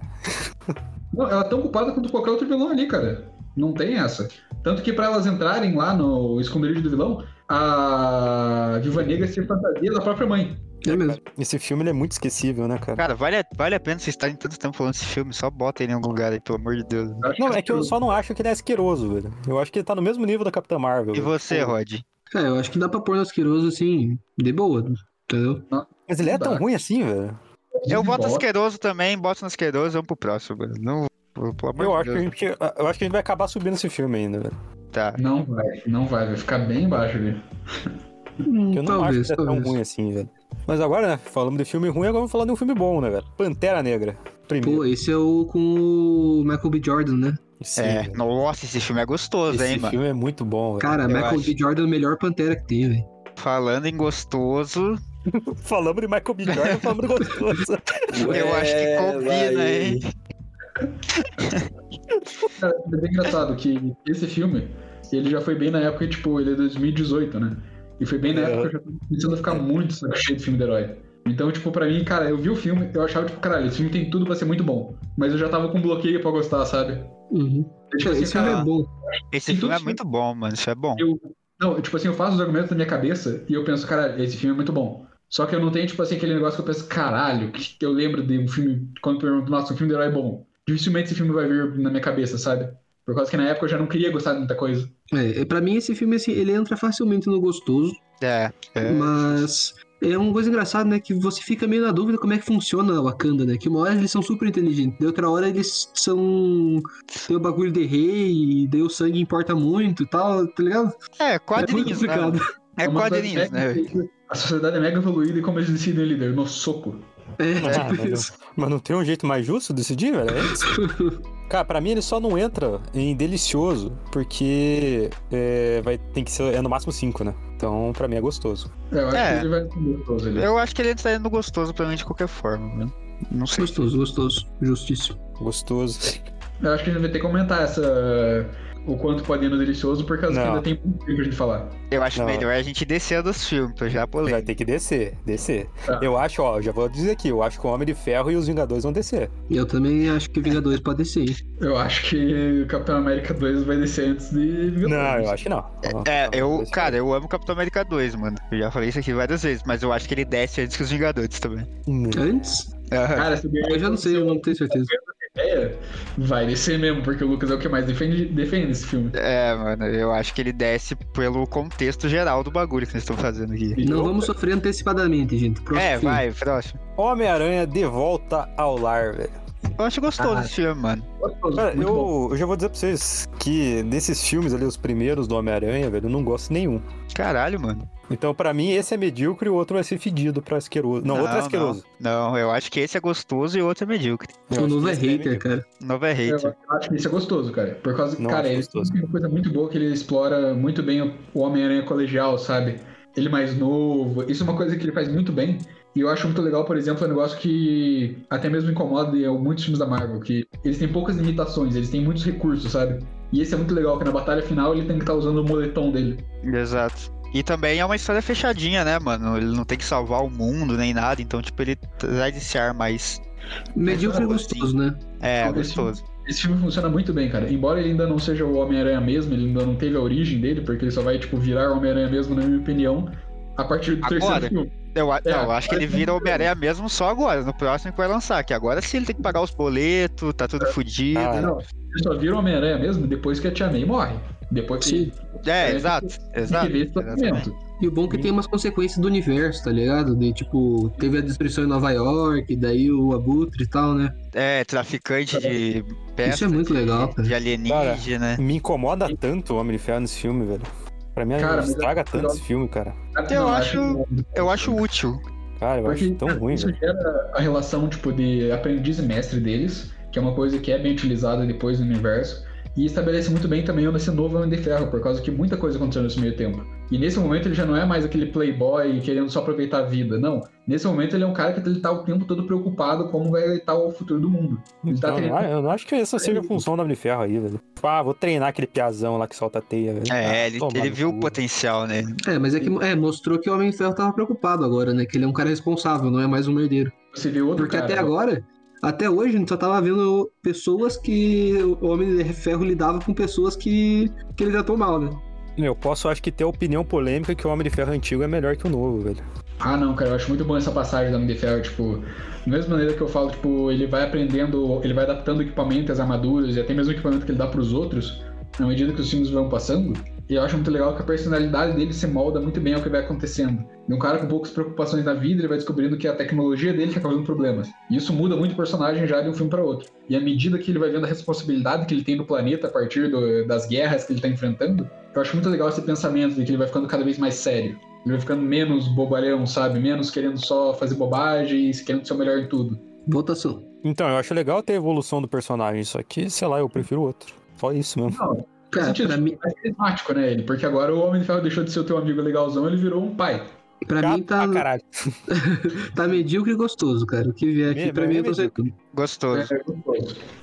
S3: não, ela é tão culpada quanto qualquer outro vilão ali, cara. Não tem essa. Tanto que pra elas entrarem lá no esconderijo do vilão, a Viva Negra se fantasia da própria mãe.
S2: É mesmo.
S1: Esse filme ele é muito esquecível, né, cara?
S4: Cara, vale a, vale a pena vocês estarem tanto tempo falando desse filme, só bota ele em algum lugar aí, pelo amor de Deus.
S3: Eu acho
S1: Não, é que eu só não acho que ele é asqueroso, velho. Eu acho que ele tá no mesmo nível da Capitã Marvel.
S4: E
S1: velho.
S4: você, Rod?
S2: É, eu acho que dá pra pôr no asqueroso assim, de boa, entendeu?
S1: Mas ele é tão
S3: Dá.
S1: ruim assim, velho?
S4: Eu
S3: Bota.
S4: boto asqueroso também, boto no asqueroso, vamos pro próximo. mano. Não, pelo amor
S1: Eu
S4: de
S1: acho, que
S4: Deus.
S1: a gente, eu acho que a gente vai acabar subindo esse filme ainda, velho.
S4: Tá.
S3: Não vai, não vai, vai ficar bem embaixo ali.
S1: Eu não
S2: talvez,
S1: acho que ele é tão
S2: talvez.
S1: ruim assim, velho. Mas agora, né, falamos de filme ruim, agora vamos falar de um filme bom, né, velho? Pantera Negra. Primeiro.
S2: Pô, esse é o com o Michael B. Jordan, né?
S1: Sim,
S4: é,
S1: velho.
S4: nossa, esse filme é gostoso,
S1: Esse
S4: hein, mano?
S1: filme é muito bom, velho.
S2: Cara,
S4: eu
S2: Michael
S4: acho.
S2: B. Jordan é o melhor pantera que tem, velho.
S4: Falando em gostoso,
S1: Falamos de Michael B. Jordan, falamos do gostoso.
S4: eu acho que combina, hein?
S3: Cara, é bem engraçado que esse filme, ele já foi bem na época, tipo, ele é 2018, né? E foi bem na
S1: É.
S3: época que eu já tava começando a ficar muito saco cheio de filme de herói. Então, tipo, pra mim, cara, eu vi o filme, eu achava, tipo, caralho, esse filme tem tudo pra ser muito bom. Mas eu já tava com bloqueio pra gostar, sabe?
S2: Uhum.
S3: Eu, tipo,
S2: Cara,
S3: assim,
S2: Esse filme
S3: cara,
S2: é bom.
S4: Esse
S3: Então,
S4: filme é
S3: sim.
S4: muito bom, mano. Isso é bom.
S3: eu, não, tipo assim, eu faço os argumentos na minha cabeça e eu penso, caralho, esse filme é muito bom. Só que eu não tenho, tipo assim, aquele negócio que eu penso, caralho, que que eu lembro de um filme, quando pergunto, nossa, um filme de herói é bom. Dificilmente esse filme vai vir na minha cabeça, sabe? Por causa que na época eu já não queria gostar de muita coisa.
S2: É, é, pra mim esse filme, assim, ele entra facilmente no gostoso,
S4: É. é.
S2: mas... É uma coisa engraçada, né? Que você fica meio na dúvida como é que funciona a Wakanda, né? Que uma hora eles são super inteligentes, da outra hora eles são. Tem o bagulho de rei, e daí o sangue importa muito e tal, tá ligado?
S4: É,
S2: É muito
S4: quadrinhos, né?
S2: complicado.
S4: É
S3: uma sociedade
S4: quadrinhos, né? velho?
S3: mega- A sociedade é mega evoluída e como eles decidem líder, no soco.
S2: É,
S1: Ah,
S2: tipo
S1: meu Deus.
S2: isso.
S1: Mas não tem um jeito mais justo de decidir, velho? É isso? Cara, pra mim ele só não entra em delicioso, porque é, vai, tem que ser é no máximo 5, né? Então, pra mim é gostoso.
S3: É, eu acho
S4: É.
S3: que ele vai ser gostoso ali.
S4: Eu acho que ele entra no gostoso pra mim de qualquer forma, né? Não sei.
S2: Gostoso, gostoso. Justíssimo.
S1: Gostoso.
S3: Eu acho que a gente vai ter que aumentar essa. O quanto pode ir no delicioso, por causa que
S1: Não.
S3: ainda tem muito tempo pra gente falar.
S4: Eu acho
S1: Não.
S4: melhor a gente descer dos filmes, pra já polêmica.
S1: Vai ter que descer, descer.
S3: Tá.
S1: Eu acho, ó, já vou dizer aqui, eu acho que o Homem de Ferro e os Vingadores vão descer.
S2: Eu também acho que Vingadores pode ser. hein?
S3: Eu acho que o Capitão América 2 vai descer antes de.
S1: Não, eu acho que não.
S4: É, eu,
S1: Descer.
S4: cara, eu amo Capitão América 2, mano. Eu já falei isso aqui várias vezes, mas eu acho que ele desce antes que os Vingadores também.
S1: Não.
S2: Antes?
S4: Aham.
S3: Cara, se
S2: Eu já não sei, eu não tenho certeza.
S3: ideia, É, vai descer mesmo, porque o Lucas é o que mais defende, defende esse filme.
S4: É, mano, eu acho que ele desce pelo contexto geral do bagulho que eles estão fazendo aqui.
S2: Não vamos sofrer antecipadamente, gente. Próximo
S4: é,
S2: filme.
S4: vai, próximo.
S1: Homem-Aranha de volta ao lar, velho.
S4: Eu acho gostoso esse filme, mano.
S3: Gostoso,
S1: Cara,
S3: muito bom.
S1: eu, eu já vou dizer pra vocês que desses filmes ali, os primeiros do Homem-Aranha, velho, eu não gosto nenhum.
S4: Caralho, mano.
S1: Então, pra mim, esse é medíocre e o outro vai ser fedido pra asqueroso. Não, outro é asqueroso.
S4: Não, eu acho que esse é gostoso e o outro é medíocre.
S1: Eu
S2: O
S1: acho
S2: novo
S1: que
S2: é
S1: esse
S2: hater,
S1: medíocre.
S2: cara.
S4: Nova é
S3: Eu
S4: hater.
S3: acho que isso é gostoso, cara. Por causa que,
S1: Não
S3: cara,
S1: acho
S3: ele
S1: gostoso.
S3: tem uma coisa muito boa que ele explora muito bem o o Homem-Aranha colegial, sabe? Ele mais novo. Isso é uma coisa que ele faz muito bem. E eu acho muito legal, por exemplo, é um negócio que até mesmo incomoda em muitos filmes da Marvel, que eles têm poucas limitações, eles têm muitos recursos, sabe? E esse é muito legal, que na batalha final ele tem que estar usando o moletom dele.
S4: Exato. E também é uma história fechadinha, né, mano? Ele não tem que salvar o mundo nem nada, então, tipo, ele traz esse ar mais.
S2: Medíocre é
S4: Assim.
S2: gostoso, né?
S4: É,
S3: Não, esse
S4: gostoso.
S3: Esse filme funciona muito bem, cara. Embora ele ainda não seja o Homem-Aranha mesmo, ele ainda não teve a origem dele, porque ele só vai, tipo, virar o Homem-Aranha mesmo, na minha opinião, a partir do
S4: Agora?
S3: terceiro filme.
S4: Eu, a-
S3: É,
S4: não, eu acho que ele
S3: mas não
S4: vira Homem-Aranha mesmo só agora, no próximo que vai lançar. Que agora sim ele tem que pagar os boletos, tá tudo fudido.
S1: Ah,
S3: Não, ele só vira o Homem-Aranha mesmo depois que a Tia May morre. Depois
S2: Sim.
S3: que
S4: é,
S3: é,
S4: exato.
S3: tem
S4: Exato.
S3: que ver né? esse tratamento.
S2: E o bom é que tem umas consequências do universo, tá ligado? De, tipo, teve a destruição em Nova York, daí o Abutre e tal, né?
S4: É, traficante de peças.
S2: Isso é muito
S4: de-
S2: legal, cara.
S4: De alienígena.
S1: Me incomoda tanto o Homem de Ferro nesse filme, velho. Pra mim,
S3: Cara, mas
S1: estraga
S3: é-
S1: tanto esse filme, cara.
S4: Eu
S3: Não,
S4: acho- Eu acho útil.
S1: Cara, eu acho tão
S3: cara,
S1: ruim,
S3: isso
S1: velho.
S3: gera a relação tipo de aprendiz e mestre deles, que é uma coisa que é bem utilizada depois no universo. E estabelece muito bem também esse novo Homem de Ferro, por causa que muita coisa aconteceu nesse meio tempo. E nesse momento ele já não é mais aquele playboy querendo só aproveitar a vida, não. Nesse momento ele é um cara que ele tá o tempo todo preocupado como vai estar o futuro do mundo. Ele tá
S1: Então, eu
S3: querendo-
S1: não- eu não acho que essa seja a função do Homem de Ferro aí, velho. Tipo, Ah, vou treinar aquele piazão lá que solta a teia, velho.
S4: É,
S1: Ah,
S4: ele,
S1: tomar
S4: ele
S1: no
S4: viu
S1: cu.
S4: o potencial, né?
S2: É, mas é que é, mostrou que o Homem de Ferro tava preocupado agora, né? Que ele é um cara responsável, não é mais um herdeiro.
S3: Você vê outro
S2: Porque
S3: cara.
S2: até agora, até hoje, a gente só tava vendo pessoas que o Homem de Ferro lidava com pessoas que, que ele tratou mal, né?
S1: Eu posso, acho que, ter a opinião polêmica que o Homem de Ferro antigo é melhor que o novo, velho.
S3: Ah, não, cara, eu acho muito bom essa passagem do Homem de Ferro, tipo, da mesma maneira que eu falo, tipo, ele vai aprendendo, ele vai adaptando equipamento, as armaduras, e até mesmo o equipamento que ele dá pros outros, na medida que os filmes vão passando, e eu acho muito legal que a personalidade dele se molda muito bem ao que vai acontecendo. E um cara com poucas preocupações na vida, ele vai descobrindo que é a tecnologia dele que tá causando problemas. E isso muda muito o personagem já de um filme pra outro. E à medida que ele vai vendo a responsabilidade que ele tem no planeta a partir do- das guerras que ele tá enfrentando, eu acho muito legal esse pensamento de que ele vai ficando cada vez mais sério. Ele vai ficando menos bobalhão, sabe? Menos querendo só fazer bobagem e querendo ser o melhor em tudo.
S2: Votação.
S1: Então, eu acho legal ter a evolução do personagem, só que, sei lá, eu prefiro outro. Só isso mesmo.
S2: Cara,
S3: sentido.
S2: pra mim,
S3: É carismático, né, ele? Porque agora o Homem de Ferro deixou de ser o teu amigo legalzão, ele virou um pai.
S2: pra
S1: Chato
S2: mim tá,
S1: pra caralho.
S2: tá medíocre e gostoso, cara. O que vier aqui,
S1: Mesmo,
S2: pra mim,
S1: é
S2: eu tô aceitando.
S4: Gostoso.
S3: É,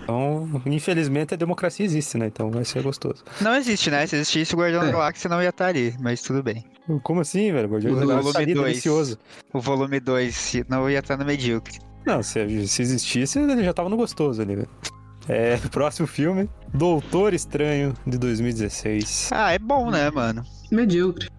S1: Então, infelizmente, a democracia existe, né? Então vai ser gostoso.
S4: Não existe, né? Se existisse o Guardião
S2: É.
S4: da Galáxia, não ia estar ali, mas tudo bem.
S1: Como assim, velho? Guardiões
S4: O
S1: da Galáxia
S4: volume
S1: seria
S4: dois.
S1: delicioso.
S4: O volume 2 não ia estar no medíocre.
S1: Não, se, se existisse, ele já tava no gostoso ali, velho. É, próximo filme, Doutor Estranho, de 2016.
S4: Ah, é bom, né, mano?
S2: Medíocre.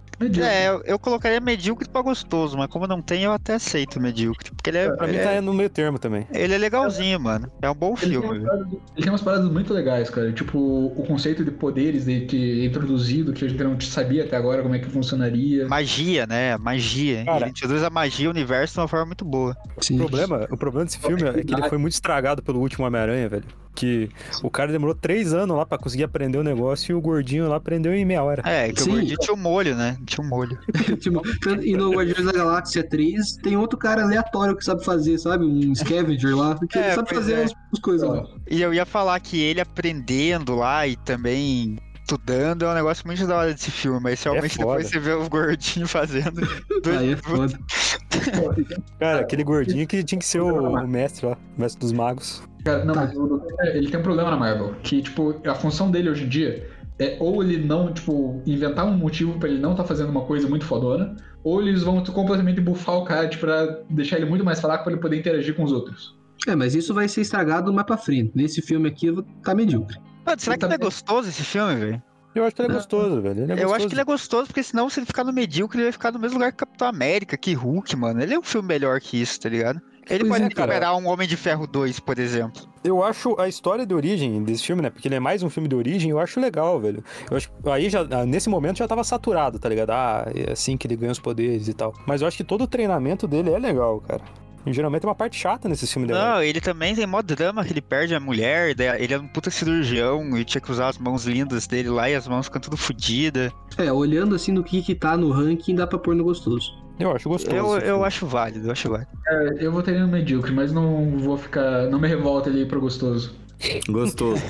S4: É, eu, eu colocaria medíocre pra gostoso, mas como não tem, eu até aceito medíocre. Porque ele é,
S1: Pra mim
S4: é-
S1: tá no meio termo também.
S4: ele é legalzinho, mano. É um bom
S3: Ele tem, umas
S4: filme.
S3: paradas, ele tem umas paradas muito legais, cara. Tipo, o conceito de poderes de que é introduzido, que a gente não sabia até agora como é que funcionaria.
S4: Magia, né? Magia.
S1: Cara.
S4: Ele introduz a magia ao universo de uma forma muito boa.
S1: O
S2: Sim.
S4: é
S1: problema, o problema desse filme é que ele foi muito estragado pelo último Homem-Aranha, velho. Que o cara demorou três anos lá pra conseguir aprender o negócio e o gordinho lá aprendeu em meia hora.
S4: É, que
S2: Sim.
S4: o gordinho tinha um molho, né? Tinha um molho.
S2: Tipo,
S4: é
S2: tanto- e no Guardiões da Galáxia 3 tem outro cara aleatório que sabe fazer, sabe? Um scavenger lá, que
S4: É,
S2: ele sabe
S4: pois
S2: fazer
S4: é.
S2: as, as coisas lá.
S4: E eu ia falar que ele aprendendo lá e também estudando é um negócio muito da hora desse filme, mas realmente
S1: É foda.
S4: depois você vê o gordinho fazendo. dois-
S2: Aí é foda.
S1: Cara, aquele gordinho que tinha que ser o, o mestre lá, o mestre dos magos.
S3: Cara, não,
S2: Tá.
S3: mas o Doutor, é, ele tem um problema na Marvel, que, tipo, a função dele hoje em dia é ou ele não, tipo, inventar um motivo pra ele não tá fazendo uma coisa muito fodona, ou eles vão completamente bufar o cara, tipo, pra deixar ele muito mais fraco pra ele poder interagir com os outros.
S2: É, mas isso vai ser estragado mais pra frente. Nesse filme aqui eu vou- tá medíocre.
S4: Mano, será que ele é gostoso esse filme, velho?
S1: Eu acho que ele é gostoso, velho. Ele é
S4: Eu acho
S1: gostoso.
S4: que ele é gostoso, porque senão se ele ficar no medíocre, ele vai ficar no mesmo lugar que Capitão América, que Hulk, mano. Ele é um filme melhor que isso, tá ligado? Ele
S2: Pois
S4: pode
S2: é,
S1: cara.
S4: recuperar um Homem de Ferro 2, por exemplo.
S1: Eu acho a história de origem desse filme, né? Porque ele é mais um filme de origem, eu acho legal, velho. Eu acho aí já ah, nesse momento já tava saturado, tá ligado? Ah, é assim que ele ganha os poderes e tal. Mas eu acho que todo o treinamento dele é legal, cara. E geralmente é uma parte chata nesse filme dele.
S4: Não, ele também tem mó drama que ele perde a mulher, daí ele é um puta cirurgião e tinha que usar as mãos lindas dele lá e as mãos ficam tudo fodidas.
S2: É, olhando assim no que que tá no ranking, dá pra pôr no gostoso.
S1: Eu acho gostoso.
S4: Eu,
S1: esse
S4: eu
S1: filme.
S4: acho válido, eu acho válido.
S3: É, eu votaria no medíocre, mas não vou ficar. Não me revolta ele pro gostoso.
S7: Gostoso.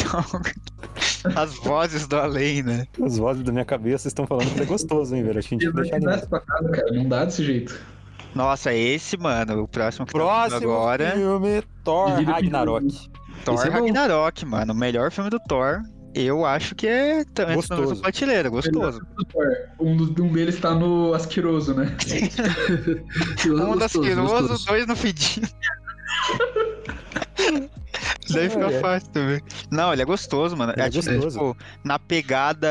S4: Então, as vozes do além, né?
S1: As vozes da minha cabeça estão falando que ele é gostoso, hein, velho. Acho que a gente vai deixar
S3: Não dá essa tacada, cara, não dá desse jeito.
S4: Nossa, esse, mano, o próximo que tá vindo
S1: Próximo
S4: agora,
S1: filme, Thor
S3: Divide
S1: Ragnarok.
S4: Thor
S2: Esse é bom.
S4: Ragnarok, mano, o melhor filme do Thor. Eu acho que é também
S1: Gostoso.
S4: gostoso. prateleira, gostoso.
S3: Um, do- um deles tá no asqueroso, né?
S2: Eu amo
S4: Um das
S2: gostoso,
S4: piroso,
S2: gostoso.
S4: dois no fedido. Daí fica
S1: Ai, ai.
S4: fácil também. Não, ele é gostoso, mano.
S1: Ele é
S4: é tipo,
S1: gostoso.
S4: tipo, na pegada.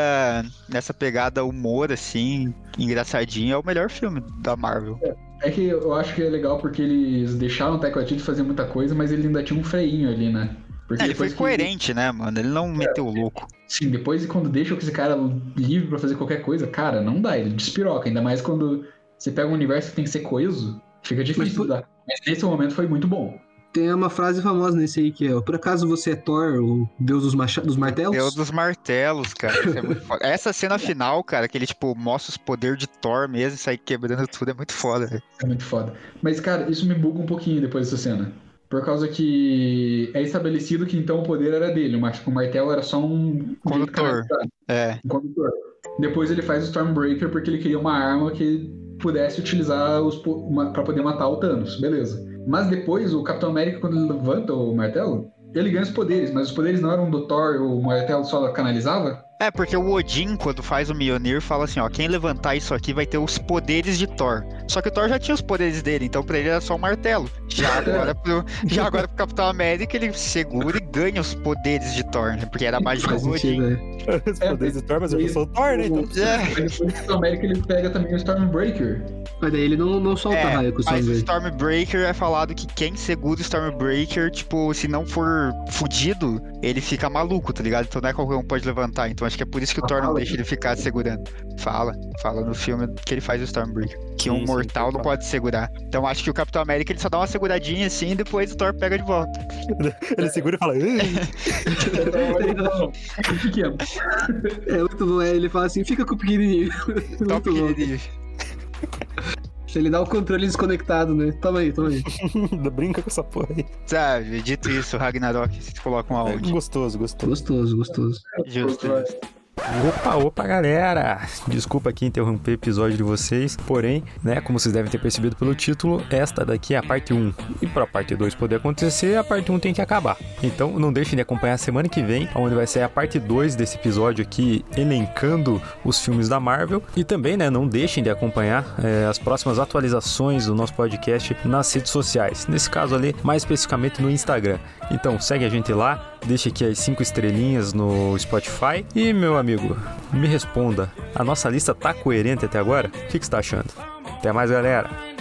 S4: Nessa pegada humor, assim, engraçadinho, é o melhor filme da Marvel.
S3: É que eu acho que é legal porque eles deixaram o Taika Waititi fazer muita coisa, mas ele ainda tinha um freinho ali, né? Porque
S4: É, ele foi
S3: depois que-
S4: coerente, né, mano? Ele não meteu o louco.
S3: Sim, depois e quando deixa esse cara livre pra fazer qualquer coisa, cara, não dá, ele despiroca. Ainda mais quando você pega um universo que tem que ser coeso, fica difícil
S2: Mas,
S3: de dar. Mas nesse momento foi muito bom.
S2: Tem uma frase famosa nesse aí que é: Por acaso você é Thor, o deus dos, macha- dos martelos?
S4: Deus É dos martelos, cara. Isso é muito foda. Essa cena final, cara, que ele, tipo, mostra os poderes de Thor mesmo e sai quebrando tudo, é muito foda, velho.
S3: É muito foda. Mas, cara, isso me buga um pouquinho depois dessa cena. Por causa que é estabelecido que então o poder era dele. O mar- o martelo era só um.
S4: Condutor. É.
S3: Um condutor. Depois ele faz o Stormbreaker porque ele queria uma arma que pudesse utilizar os po- uma- pra poder matar o Thanos. Beleza. Mas depois o Capitão América, quando ele levanta o martelo, ele ganha os poderes, mas os poderes não eram do Thor, o martelo só canalizava?
S4: É, porque o Odin, quando faz o Mjolnir, fala assim, ó, quem levantar isso aqui vai ter os poderes de Thor. Só que o Thor já tinha os poderes dele, então pra ele era só um martelo. Já agora pro, já agora pro Capitão América ele segura e ganha os poderes de Thor, né? Porque era a magia
S2: Faz
S4: do Odin.
S2: sentido, é.
S1: Os poderes do Thor, mas eu sou o Thor, né? Então
S4: É.
S3: Aí depois o Capitão América ele pega também o Stormbreaker.
S2: Mas daí ele não, não solta
S4: É,
S2: raio com o
S4: Mas o
S2: sangue.
S4: Stormbreaker é falado que quem segura o Stormbreaker, tipo, se não for fudido, ele fica maluco, tá ligado? Então não é qualquer um que pode levantar. Então acho que é por isso que o Thor não
S3: fala,
S4: deixa ele ficar segurando. Fala, fala no filme que ele faz o Stormbreaker. Que
S1: Sim,
S4: um
S1: sim,
S4: mortal
S1: sim,
S4: não
S1: fala.
S4: pode segurar. Então acho que o Capitão América ele só dá uma seguradinha assim e depois o Thor pega de volta.
S1: ele segura e fala. "Ih".
S3: Então, O que que é?
S2: É muito bom, é, ele fala assim: fica com o pequenininho. muito
S4: Então, porque
S2: bom.
S4: ele-
S2: Ele dá o controle desconectado, né? Toma aí, toma aí.
S1: Brinca com essa porra aí.
S4: sabe, dito isso, o Ragnarok se coloca um áudio.
S1: Gostoso, gostoso.
S2: Gostoso, gostoso.
S4: Justo. justo.
S1: Opa, opa, galera! Desculpa aqui interromper o episódio de vocês, porém, né, como vocês devem ter percebido pelo título, esta daqui é a parte 1. E para a parte 2 poder acontecer, a parte 1 tem que acabar. Então, não deixem de acompanhar semana que vem, onde vai ser a parte 2 desse episódio aqui, elencando os filmes da Marvel. E também, né, não deixem de acompanhar eh, as próximas atualizações do nosso podcast nas redes sociais. Nesse caso ali, mais especificamente no Instagram. Então, segue a gente lá, deixa aqui as 5 estrelinhas no Spotify. E, meu amigo, me responda: a nossa lista tá coerente até agora? O que que você tá achando? Até mais, galera!